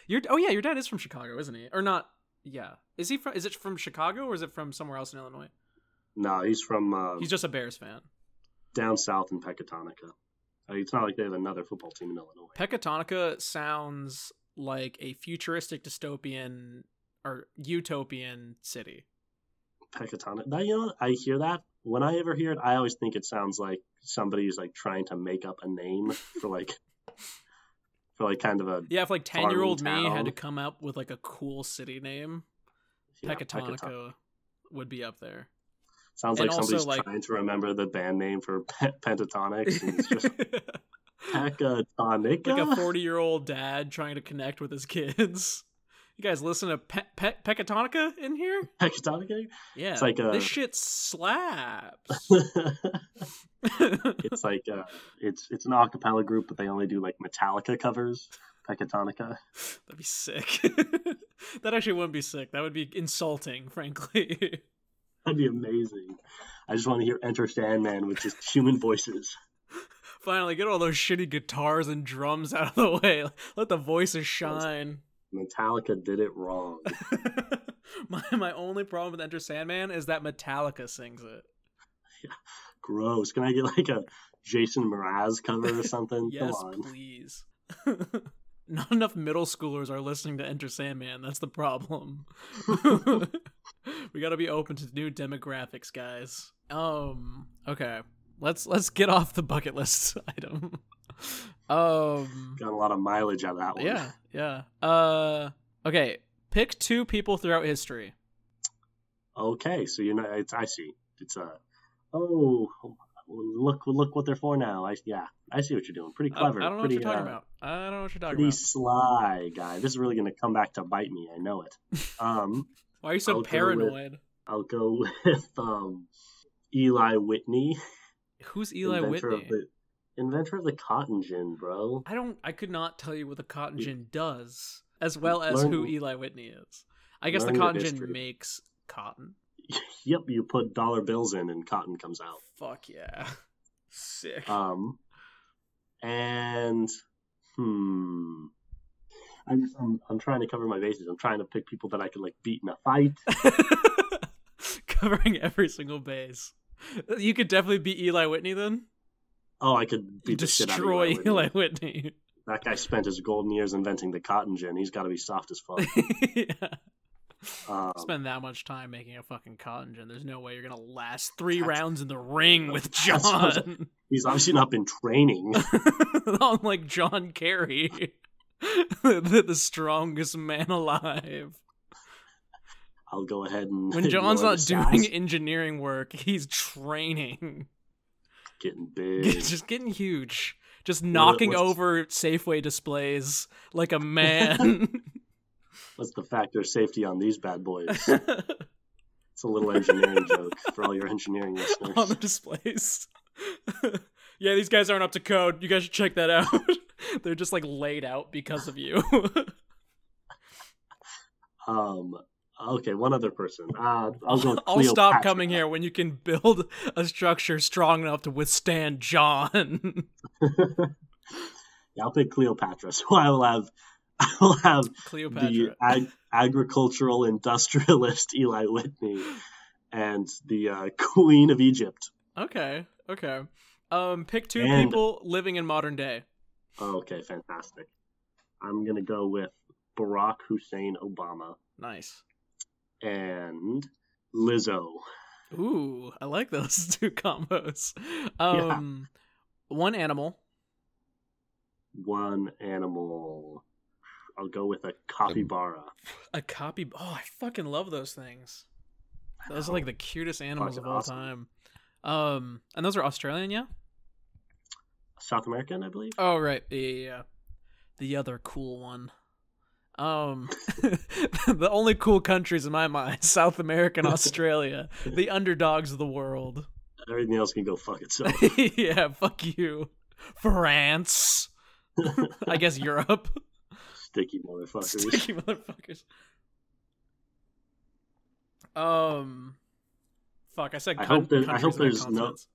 your oh yeah, your dad is from Chicago, isn't he? Or not? Yeah. Is he from? Is it from Chicago or is it from somewhere else in Illinois? No, he's from uh, He's just a Bears fan. down south in Pecatonica. Uh, it's not like they have another football team in Illinois. Pecatonica sounds like a futuristic dystopian or utopian city. Pecatonica. That, you know, I hear that. When I ever hear it, I always think it sounds like somebody's like trying to make up a name for like for like kind of a Yeah, if like ten year old me Farming had to town. come up with like a cool city name, yeah, Pecatonica Pecatonica. would be up there. Sounds And like also, somebody's like- trying to remember the band name for pe- Pentatonics. And it's just Pecatonica. like a 40 year old dad trying to connect with his kids. You guys listen to Pe- Pe- Pecatonica in here? Pecatonica. Yeah. It's like uh, a- This shit slaps. it's like uh, it's it's an acapella group, but they only do like Metallica covers. Pecatonica. That'd be sick. that actually wouldn't be sick. That would be insulting, frankly. That'd be amazing. I just want to hear Enter Sandman with just human voices. Finally, get all those shitty guitars and drums out of the way. Let the voices shine. Metallica did it wrong. my my only problem with Enter Sandman is that Metallica sings it. Gross. Can I get like a Jason Mraz cover or something? Yes, Come on. please. Not enough middle schoolers are listening to Enter Sandman. That's the problem. we got to be open to new demographics, guys. Um, okay. Let's let's get off the bucket list item. Um Got a lot of mileage out of that one. yeah, yeah. Uh okay, pick two people throughout history. Okay, so you're not. It's, I see. It's a. Oh, look! Look what they're for now. I yeah. I see what you're doing. Pretty I don't- clever. I, don't know pretty, what you're talking uh, about. I don't know what you're talking Pretty about. sly guy. This is really gonna come back to bite me. I know it. Um, Why are you so I'll go with- paranoid? I'll go with um, Eli Whitney, Who's Eli inventor Whitney? of the inventor of the cotton gin, bro. I don't. I could not tell you what the cotton You- gin does, as well as Learn- who Eli Whitney is. I guess the learn your cotton gin history. makes cotton. Yep, you put dollar bills in and cotton comes out. Fuck yeah, sick. Um, and hmm, I'm, just, I'm I'm trying to cover my bases. I'm trying to pick people that I could like beat in a fight. Covering every single base. You could definitely beat Eli Whitney then. Oh, I could beat Destroy the shit out of Eli. Eli Whitney. Whitney. That guy spent his golden years inventing the cotton gin. He's got to be soft as fuck. yeah. Um, Spend that much time making a fucking cotton gin. There's no way you're gonna last three rounds in the ring with That's what- John. he's obviously not been training. unlike John Kerry, the, the strongest man alive. I'll go ahead and When John's ignore not the doing sass. engineering work, he's training, getting big. just getting huge, just knocking what's- over Safeway displays like a man. What's the factor of safety on these bad boys? It's a little engineering joke for all your engineering listeners. on the displays. yeah, these guys aren't up to code. You guys should check that out. They're just like laid out because of you. Um. Okay, one other person. Uh, I'll go. with I'll stop Cleopatra. coming here when you can build a structure strong enough to withstand John. Yeah, I'll pick Cleopatra. So I will have, I will have Cleopatra. the ag- agricultural industrialist Eli Whitney, and the uh, Queen of Egypt. Okay. Okay. Um pick two And- people living in modern day. Okay, fantastic. I'm gonna go with Barack Hussein Obama Nice. and Lizzo. Ooh, I like those two combos. Um one animal. One animal. I'll go with a capybara. A copy Oh, I fucking love those things. Those are like the cutest animals Fucking of all awesome. time. Um, and those are Australian, yeah. South American, I believe. Oh right, yeah, yeah, yeah. The other cool one. Um, the only cool countries in my mind: South America and Australia, the underdogs of the world. Everything else can go fuck itself. yeah, fuck you, France. I guess Europe. Sticky motherfuckers. Sticky motherfuckers. Um, fuck. I said. I con- hope there- I countries hope and there's no- continents.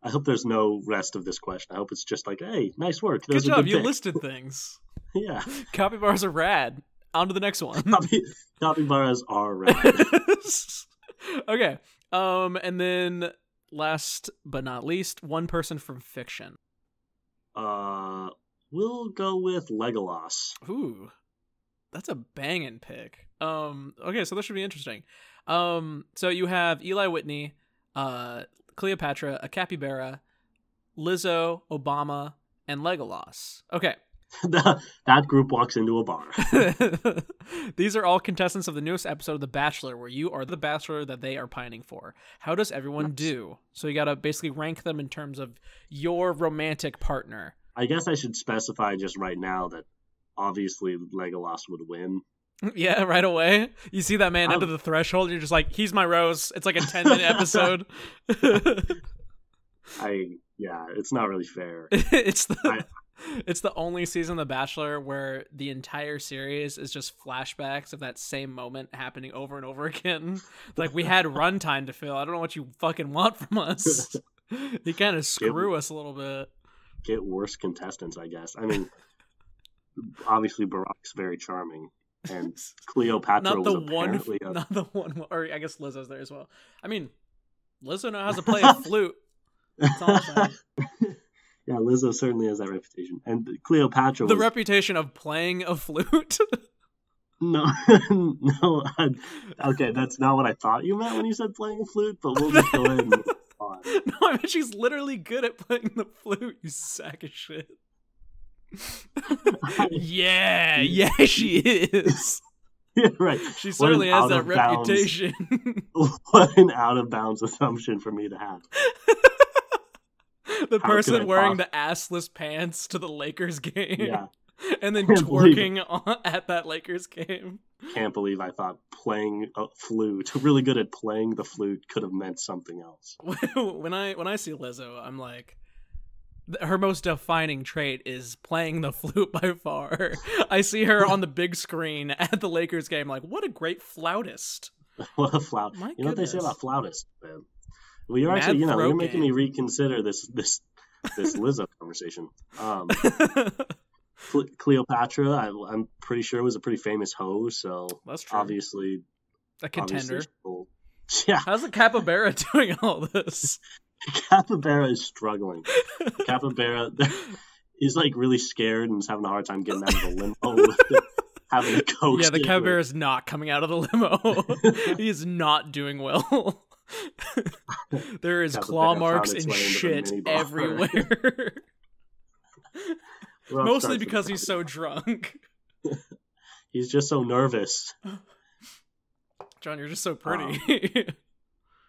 I hope there's no rest of this question. I hope it's just like, hey, nice work. Good Those are job. good You picks. listed things. Yeah, Copy bars are rad. On to the next one. copy, copy bars are rad. okay. Um, and then last but not least, one person from fiction. Uh, we'll go with Legolas. Ooh, that's a banging pick. Um, okay, so this should be interesting. Um, so you have Eli Whitney, uh, Cleopatra, a capybara, Lizzo, Obama, and Legolas. Okay. that group walks into a bar. These are all contestants of the newest episode of The Bachelor, where you are the bachelor that they are pining for. How does everyone Nice. do? So you gotta basically rank them in terms of your romantic partner. I guess I should specify just right now that obviously Legolas would win. yeah, right away. You see that man I'm- under the threshold, you're just like, he's my rose. It's like a ten minute episode. it's I yeah, it's not really fair. the I- it's the only season of The Bachelor where the entire series is just flashbacks of that same moment happening over and over again. Like we had runtime to fill. I don't know what you fucking want from us. You kind of screw us a little bit. Get worse contestants, I guess. I mean, obviously Barack's very charming, and Cleopatra Not was the one, apparently a, not the one, or I guess Lizzo's there as well. I mean, Lizzo knows how to play a flute. That's all I'm saying. yeah. Lizzo certainly has that reputation, and Cleopatra the was reputation of playing a flute. no, no. I, okay, that's not what I thought you meant when you said playing a flute, but we'll just go ahead and move on. no, I mean she's literally good at playing the flute. You sack of shit. yeah, yeah, she is. Yeah, right. She What an certainly has that out-of-bounds- reputation. What an out of bounds assumption for me to have. the How could I person wearing poss- the assless pants to the Lakers game, Yeah, and then Can't believe twerking on, at that Lakers game. can't believe I thought playing a flute, really good at playing the flute, could have meant something else. when I when I see Lizzo, I'm like, th- her most defining trait is playing the flute by far. I see her on the big screen at the Lakers game, like, what a great flautist. what a flout! My you know what they say goodness. about flautists, man. Well, you're Mad actually, you know, you're throat making me game. reconsider this this this Lizzo conversation. Um, Cle- Cleopatra, I, I'm pretty sure was a pretty famous hoe, so That's true. obviously, A contender. obviously, she'll- yeah, How's the capybara doing all this? Capybara is struggling. Capybara is like really scared and is having a hard time getting out of the limo. with having a coach. yeah, the capybara is not coming out of the limo. he is not doing well. there is Capybara claw found marks its and way into the shit minibar. everywhere. Mostly because he's so drunk. he's just so nervous. John, you're just so pretty.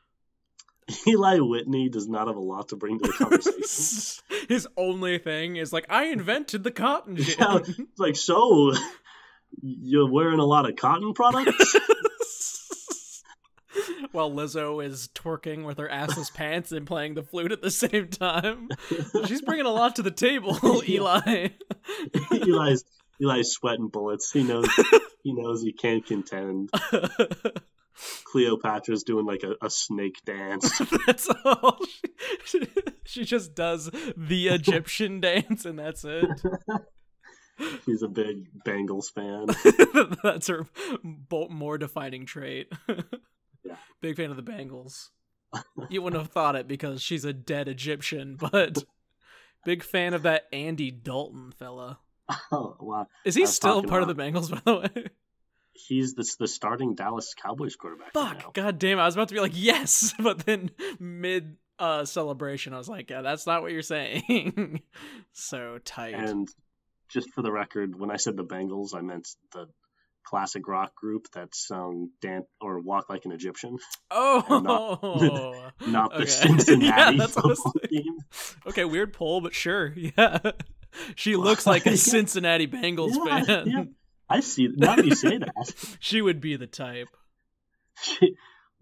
Eli Whitney does not have a lot to bring to the conversation. it's His only thing is like, I invented the cotton gin. Yeah. like, so you're wearing a lot of cotton products? While Lizzo is twerking with her assless pants and playing the flute at the same time, she's bringing a lot to the table, Eli. Eli's Eli's sweating bullets. He knows he knows he can't contend. Cleopatra's doing like a, a snake dance. that's all. She, she just does the Egyptian dance, and that's it. She's a big Bengals fan. that's her bo- more defining trait. Yeah. Big fan of the Bengals. You wouldn't have thought it because she's a dead Egyptian, but big fan of that Andy Dalton fella. Oh wow. Is he I was still talking part of about- the Bengals, by the way? He's the, the starting Dallas Cowboys quarterback. right now. Fuck, god damn, I was about to be like, yes, but then mid uh celebration, I was like, yeah, that's not what you're saying. so tight. And just for the record, when I said the Bengals, I meant the classic rock group that sung "Dance" or "Walk Like an Egyptian," Oh, not the Okay. yeah, Cincinnati that's what I was football thinking. team. Okay, weird poll, but sure. Yeah. She looks like a Like- Cincinnati Bengals Yeah, fan. yeah. I see. Now that you say that, She would be the type. she,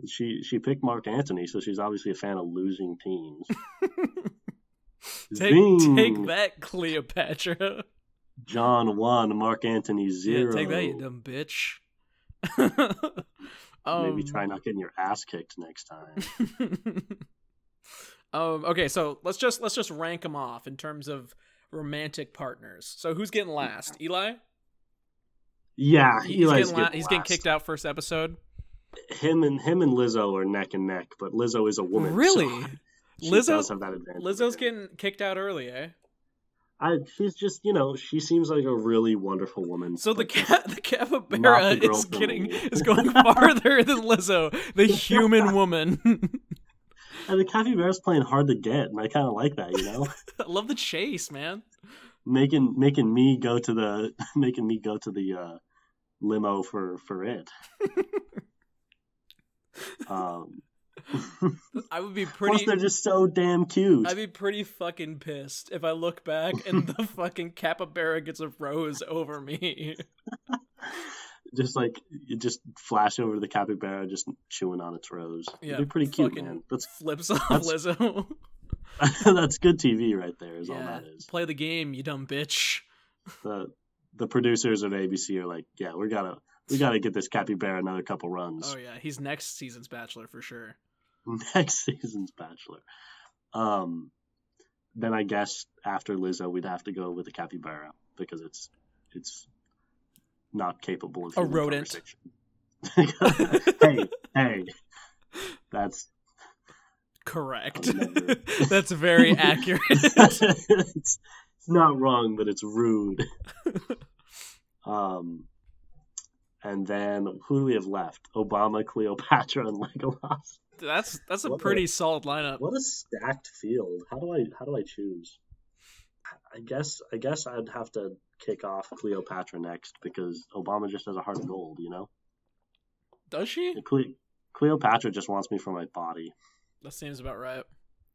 she she picked Mark Anthony, so she's obviously a fan of losing teams. Take, Zing. take that, Cleopatra. John one, Mark Anthony zero. Yeah, take that, you dumb bitch. Maybe um, try not getting your ass kicked next time. um. Okay, so let's just let's just rank them off in terms of romantic partners. So who's getting last? Eli. Yeah, He- Ah, Eli's he's getting, la- he's getting last. kicked out first episode. Him and him and Lizzo are neck and neck, but Lizzo is a woman. really? so she Lizzo- does have that advantage. Lizzo's getting kicked out early, eh? I, she's just you know she seems like a really wonderful woman. So the but ca- the Not capybara the girl is from getting Maine. is going farther than Lizzo, the human woman. and the capybara's playing hard to get, and I kind of like that, you know, I love the chase, man. making making me go to the making me go to the uh, limo for for it. um, I would be pretty. plus, they're just so damn cute. I'd be pretty fucking pissed if I look back and the fucking capybara gets a rose over me. just like you just flash over to the capybara, just chewing on its rose. Yeah, It'd be pretty cute, fucking- man. That's Flips off That's- Lizzo. that's good TV right there. Is all yeah, that is. play the game, you dumb bitch. The the producers of ABC are like, yeah, we gotta we gotta get this capybara another couple runs Oh yeah, he's next season's Bachelor for sure. next season's Bachelor. Um, then I guess after Lizzo, we'd have to go with the capybara because it's it's not capable of A human rodent. conversation. hey, hey, that's Correct. I'll never- That's very accurate. it's, it's not wrong, but it's rude. um, and then who do we have left? Obama, Cleopatra, and Legolas. That's that's a What a- pretty solid lineup. What a stacked field. How do I how do I choose? I guess I guess I'd have to kick off Cleopatra next because Obama just has a heart of gold, you know. Does she? Cle- Cleopatra just wants me for my body. That seems about right.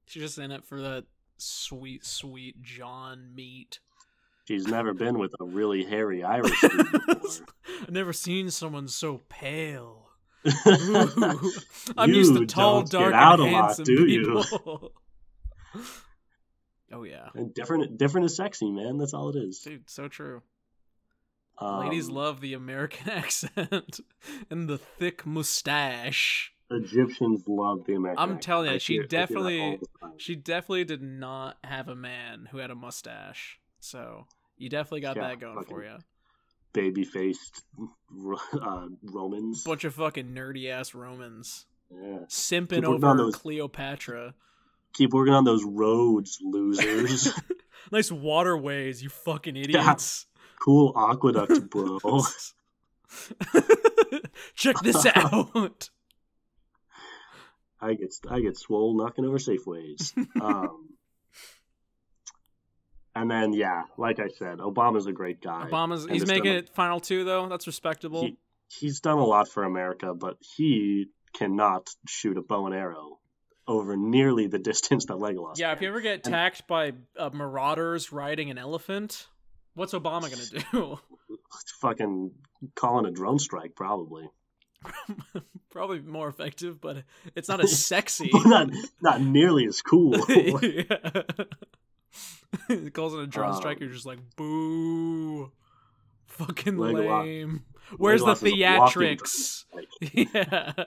She's just in it for that sweet, sweet John meat. She's never been with a really hairy Irish dude I've never seen someone so pale. before. Ooh. I'm used to You tall, don't get dark, out and a lot, handsome do you? people. oh yeah, And different, different is sexy, man. That's all it is. dude, so true. Um, Ladies love the American accent and the thick mustache. Egyptians love the American. I'm accent. telling you, I she hear- I hear that definitely- all the time. She definitely did not have a man who had a mustache, so you definitely got Yeah, that going fucking- for you. baby-faced Ro- uh, Romans. Bunch of fucking nerdy ass Romans. Yeah. simping Keep working over on those. Cleopatra. Keep working on those roads, losers. Nice waterways, you fucking idiots. cool aqueducts, bro. Check this out. I get I get swole knocking over Safeways. Um, and then yeah, like I said, Obama's a great guy. Obama's And he's just making gonna- it final two though. That's respectable. He- he's done a lot for America, but he cannot shoot a bow and arrow over nearly the distance that Legolas. yeah, can. if you ever get attacked by uh, marauders riding an elephant, what's Obama gonna do? It's fucking calling a drone strike, probably. Probably more effective, but it's not as sexy. not not nearly as cool. yeah. it calls it a drone Um, strike. You're just like, boo, fucking Legolas- lame. Where's the Legolas is a walking theatrics? drone strike. yeah,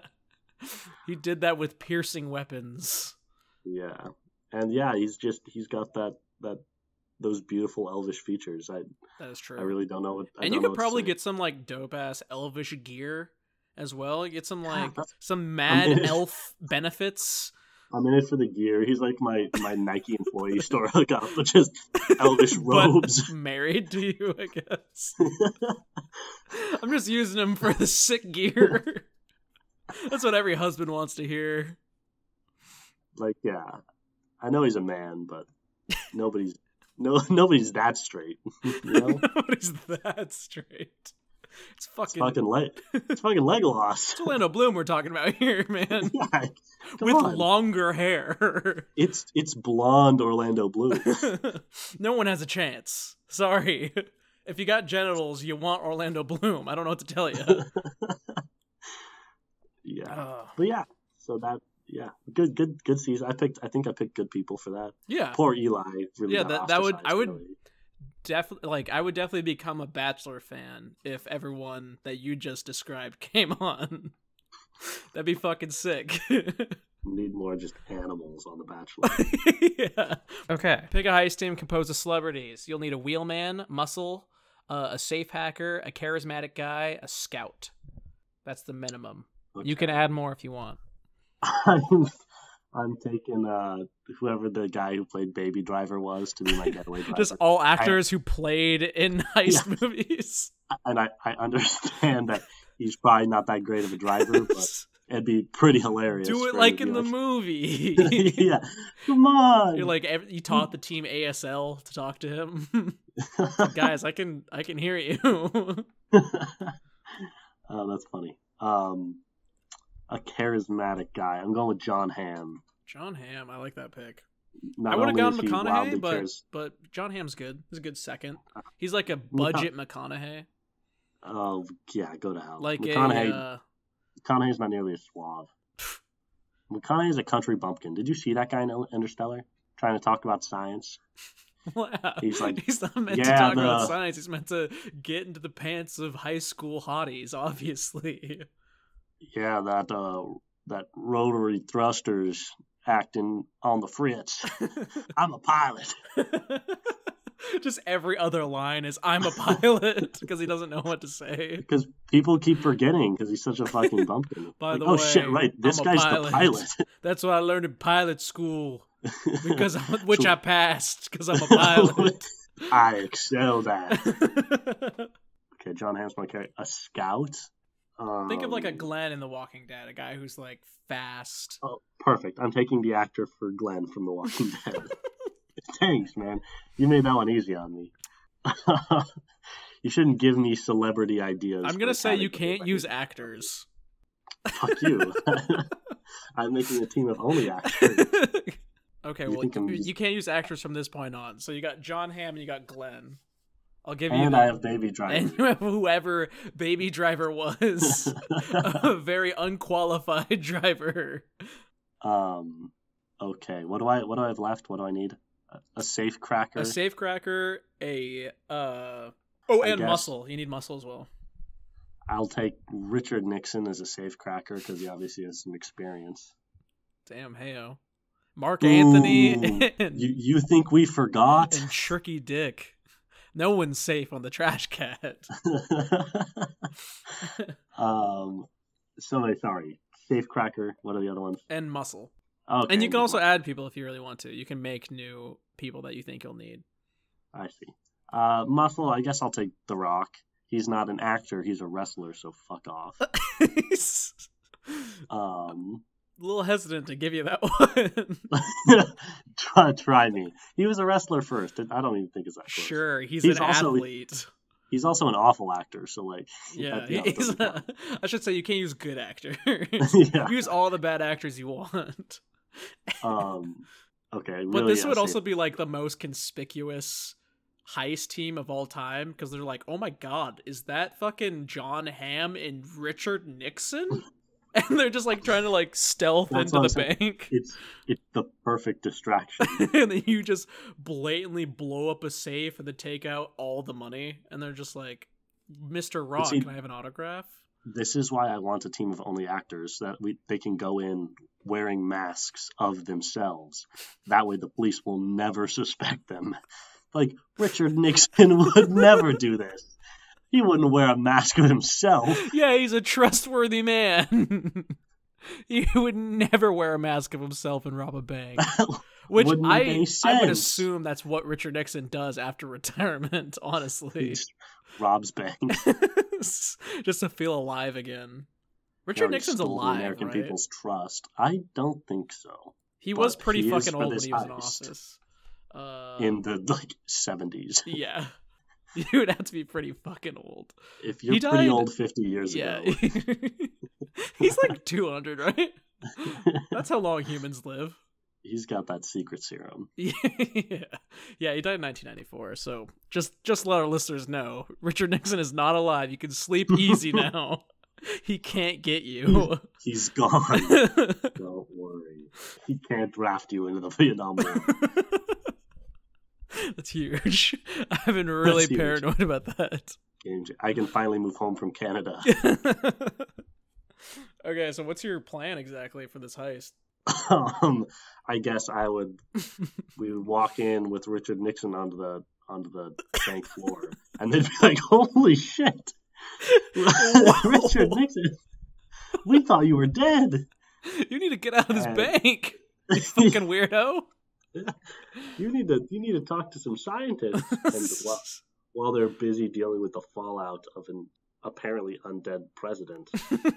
he did that with piercing weapons. Yeah, and yeah, he's just he's got that that those beautiful elvish features. I That is true. I really don't know what. I and you don't know could what to probably say. get some like dope ass elvish gear as well. Get some like that's- some mad in it. elf benefits. I'm in it for the gear. He's like my my Nike employee store hookup, which is elvish but robes. married to you, I guess. I'm just using him for the sick gear. That's what every husband wants to hear. like yeah i know he's a man but nobody's no nobody's that straight you know Nobody's that straight. It's It's fucking. fucking Le- It's fucking Legolas. it's Orlando Bloom we're talking about here, man. yeah, come With on. longer hair. it's it's blonde Orlando Bloom. no one has a chance. Sorry. If you got genitals, you want Orlando Bloom. I don't know what to tell you. yeah, Ugh. but yeah. So that yeah, good good good season. I picked. I think I picked good people for that. yeah, Poor Eli. Really Yeah, got that- that would- I ostracized, would- really. definitely. Like, I would definitely become a Bachelor fan if everyone that you just described came on. That'd be fucking sick. need more just animals on The Bachelor. yeah. Okay. Pick a heist team composed of celebrities. You'll need a wheelman, muscle, uh, a safe hacker, a charismatic guy, a scout. That's the minimum. You can add more if you want. I'm, I'm taking uh, whoever the guy who played Baby Driver was to be my getaway driver. Just all actors who played in heist movies. And I, I understand that he's probably not that great of a driver, but it'd be pretty hilarious. Do for him it to like be in the movie. like, yeah, come on. You're like ev- you taught the team ASL to talk to him. Guys, I can I can hear you. oh, that's funny. Um, a charismatic guy. I'm going with John Hamm. John Hamm, I like that pick. Not I would have only gone is he Uh, wildly McConaughey, but charis- but John Hamm's good. He's a good second. He's like a budget McConaughey, oh yeah, go to hell. like McConaughey. a uh, McConaughey's not nearly as suave. McConaughey's a country bumpkin. Did you see that guy in El- Interstellar trying to talk about science? wow. He's like, he's not meant to "Yeah, talk about the- science. He's meant to get into the pants of high school hotties, obviously. Yeah, that uh, that rotary thrusters acting on the fritz. I'm a pilot. Just every other line is "I'm a pilot" because he doesn't know what to say. Because people keep forgetting because he's such a fucking bumpkin. By Like, the oh way, shit, right? This I'm a guy's pilot." the pilot. That's what I learned in pilot school, because which I passed because I'm a pilot. I excel that. Okay, John Hamm's my character. A scout. Um, Think of like a Glenn in The Walking Dead, a guy who's like fast. Oh, perfect. I'm taking the actor for Glenn from The Walking Dead. Thanks, man. You made that one easy on me. you shouldn't give me celebrity ideas. I'm for gonna a say you category. can't use actors. Fuck you. I'm making a team of only actors. okay, You well, think I'm you, just- you can't use actors from this point on. So you got John Hamm and you got Glenn. I'll give you And that. I have Baby Driver. and you have whoever Baby Driver was, a very unqualified driver. um, okay. What do I? What do I have left? What do I need? A, a safe cracker. A safecracker, a uh oh, I and guess. muscle. You need muscle as well. I'll take Richard Nixon as a safe cracker because he obviously has some experience. Damn, heyo, Mark Anthony Ooh. and, You you think we forgot? and Tricky Dick. No one's safe on the trash cat. um, somebody, sorry, safe cracker. What are the other ones? and muscle. Okay, And you can also add people if you really want to. You can make new people that you think you'll need. I see. Uh, muscle. I guess I'll take The Rock. He's not an actor. He's a wrestler. So fuck off. a Um, little hesitant to give you that one. try, try me. He was a wrestler first. I don't even think it's that. close. Sure, he's, He's an also- athlete. He's also an awful actor. So like, Yeah, that- yeah, he's doesn't count. a, I should say you can't use good actors. yeah. use all the bad actors you want. Um, okay. But really, this yeah, would safe- also be like the most conspicuous heist team of all time because they're like, oh my god, is that fucking John Hamm and Richard Nixon? and they're just like trying to like stealth That's into what the I'm saying. bank. It's it's the perfect distraction. and then you just blatantly blow up a safe and then take out all the money. And they're just like, Mr. Rock, see- can I have an autograph? this is why I want a team of only actors that we they can go in wearing masks of themselves. That way, the police will never suspect them. Like Richard Nixon would never do this. He wouldn't wear a mask of himself. yeah, he's a trustworthy man. he would never wear a mask of himself and rob a bank. Which Wouldn't make I, any I would sense. assume that's what Richard Nixon does after retirement, He honestly. just robs banks. Just to feel alive again. Richard Now he Nixon's stole the alive, American right? people's trust. I don't think so. he was but pretty he is fucking for old when this he was in heist. office. Uh, In the like seventies, yeah. You would have to be pretty fucking old. If you're He pretty died- old 50 years yeah. ago, He's like 200, right? That's how long humans live. he's got that secret serum. yeah. Yeah, he died in 1994. So just just let our listeners know, Richard Nixon is not alive. You can sleep easy now. he can't get you. He's gone. Don't worry. He can't draft you into the Vietnam War. That's huge. I've been really That's huge. paranoid about that. Game cha- I can finally move home from Canada. okay, so what's your plan exactly for this heist? um, I guess I would. We would walk in with Richard Nixon onto the onto the bank floor, and they'd be like, "Holy shit, Richard Nixon! We thought you were dead. You need to get out of this Uh, bank, you fucking weirdo. You need to you need to talk to some scientists." And while, while they're busy dealing with the fallout of an apparently undead president, uh,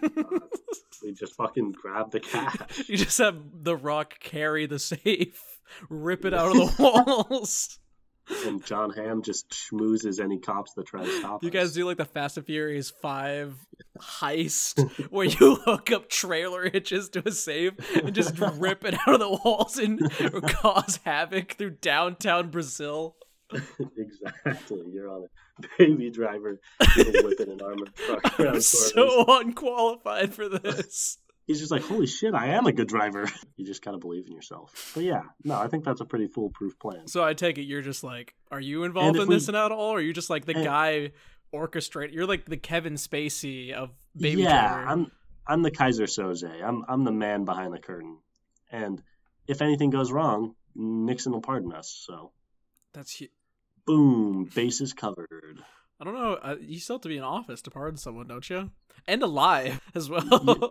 we just fucking grab the cash. you just have the rock carry the safe, rip it out of the walls. and John Hamm just schmoozes any cops that try to stop You us. guys do like the Fast and Furious 5 heist where you hook up trailer hitches to a safe and just rip it out of the walls and cause havoc through downtown Brazil. exactly. You're on it, baby driver with a whip and an armored truck. I'm around so corners. unqualified for this. He's just like, holy shit, I am a good driver. You just gotta believe in yourself. But yeah, no, I think that's a pretty foolproof plan. So I take it you're just like, are you involved if in this we- and at all? Or are you just like the and- guy orchestrating? You're like the Kevin Spacey of Baby yeah, Driver. I'm I'm the Kaiser Soze. I'm I'm the man behind the curtain. And if anything goes wrong, Nixon will pardon us. So That's hu- boom, base is covered. I don't know. uh, You still have to be in office to pardon someone, don't you? And alive as well.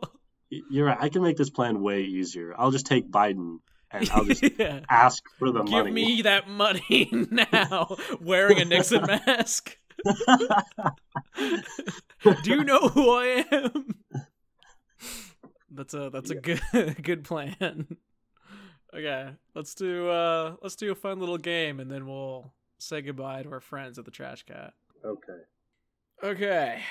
Y- You're right. I can make this plan way easier. I'll just take Biden and I'll just yeah. ask for the Give money. me that money now. Wearing a Nixon mask. Do you know who I am? That's a that's a good good plan. Okay, let's do uh let's do a fun little game and then we'll say goodbye to our friends at the Trash Cat. Okay. Okay.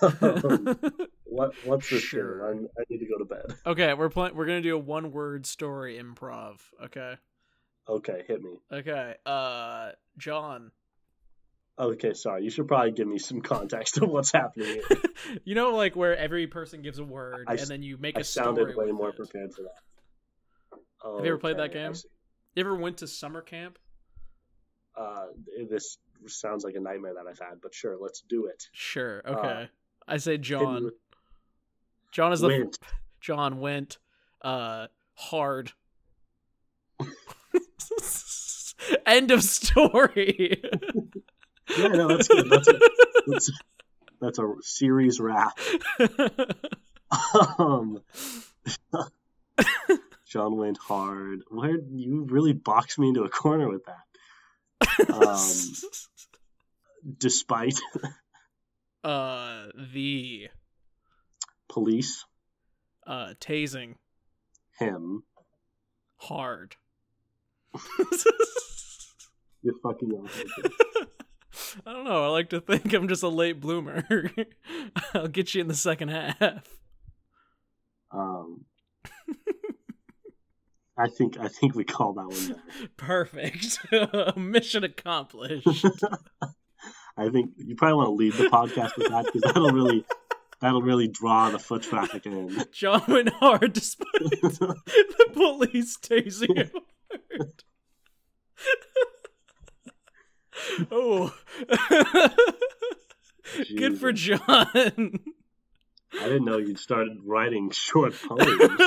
Um, what what's this Sure. game? I'm, I need to go to bed. okay, we're playing we're going to do a one word story improv. Okay. Okay, hit me. Okay. Uh John, Okay, sorry. You should probably give me some context of what's happening. Here. you know like where every person gives a word I and s- then you make a I sounded story way with more it. prepared for that. Have you ever played that Okay, I game? see. You ever went to summer camp? Uh, this sounds like a nightmare that I've had, but sure, let's do it. Sure. Uh, Okay. I say Hit me John. with- John is the went. John went uh hard. End of story. Yeah, no, that's good. That's a, that's, that's a series wrap. Um, John went hard. Where you really boxed me into a corner with that. Um, despite uh the police, uh tasing him, hard. you're fucking awesome. I don't know. I like to think I'm just a late bloomer. I'll get you in the second half. Um, I think I think we call that one. Back. Perfect. Mission accomplished. I think you probably want to lead the podcast with that because that'll really that'll really draw the foot traffic in. John went hard despite the police tasing him hard. oh. Good for John. I didn't know you'd started writing short poems.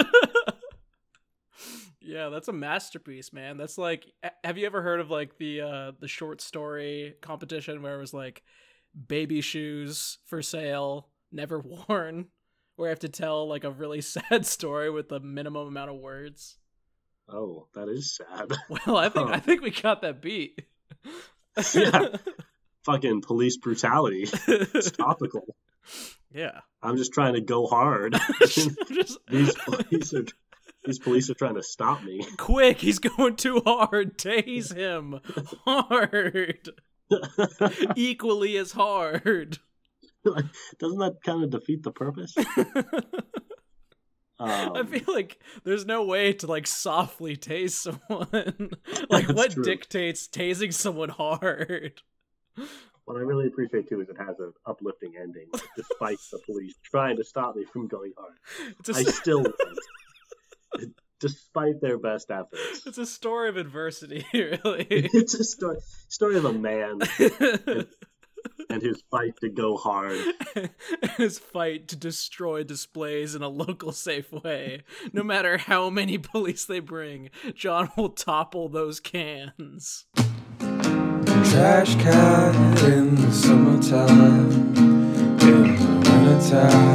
yeah, that's a masterpiece, man. That's like a- have you ever heard of like the uh the short story competition where it was like baby shoes for sale, never worn, where I have to tell like a really sad story with the minimum amount of words? oh, that is sad. Well, I think I Huh. think we got that beat. Yeah. Fucking police brutality. It's topical. yeah. I'm just trying to go hard. Just these police are these police are trying to stop me. quick, he's going too hard. Tase him hard. equally as hard. Like, Doesn't that kind of defeat the purpose? I Um, feel like there's no way to like softly tase someone. like That's what true. dictates tasing someone hard? What I really appreciate too is it has an uplifting ending, despite the police trying to stop me from going hard. It's a, I s- still win, despite their best efforts. it's a story of adversity, really. It's a story, story of a man and his fight to go hard. His fight to destroy displays in a local safe way. No matter how many police they bring, John will topple those cans. Trash can in the summertime, in the wintertime.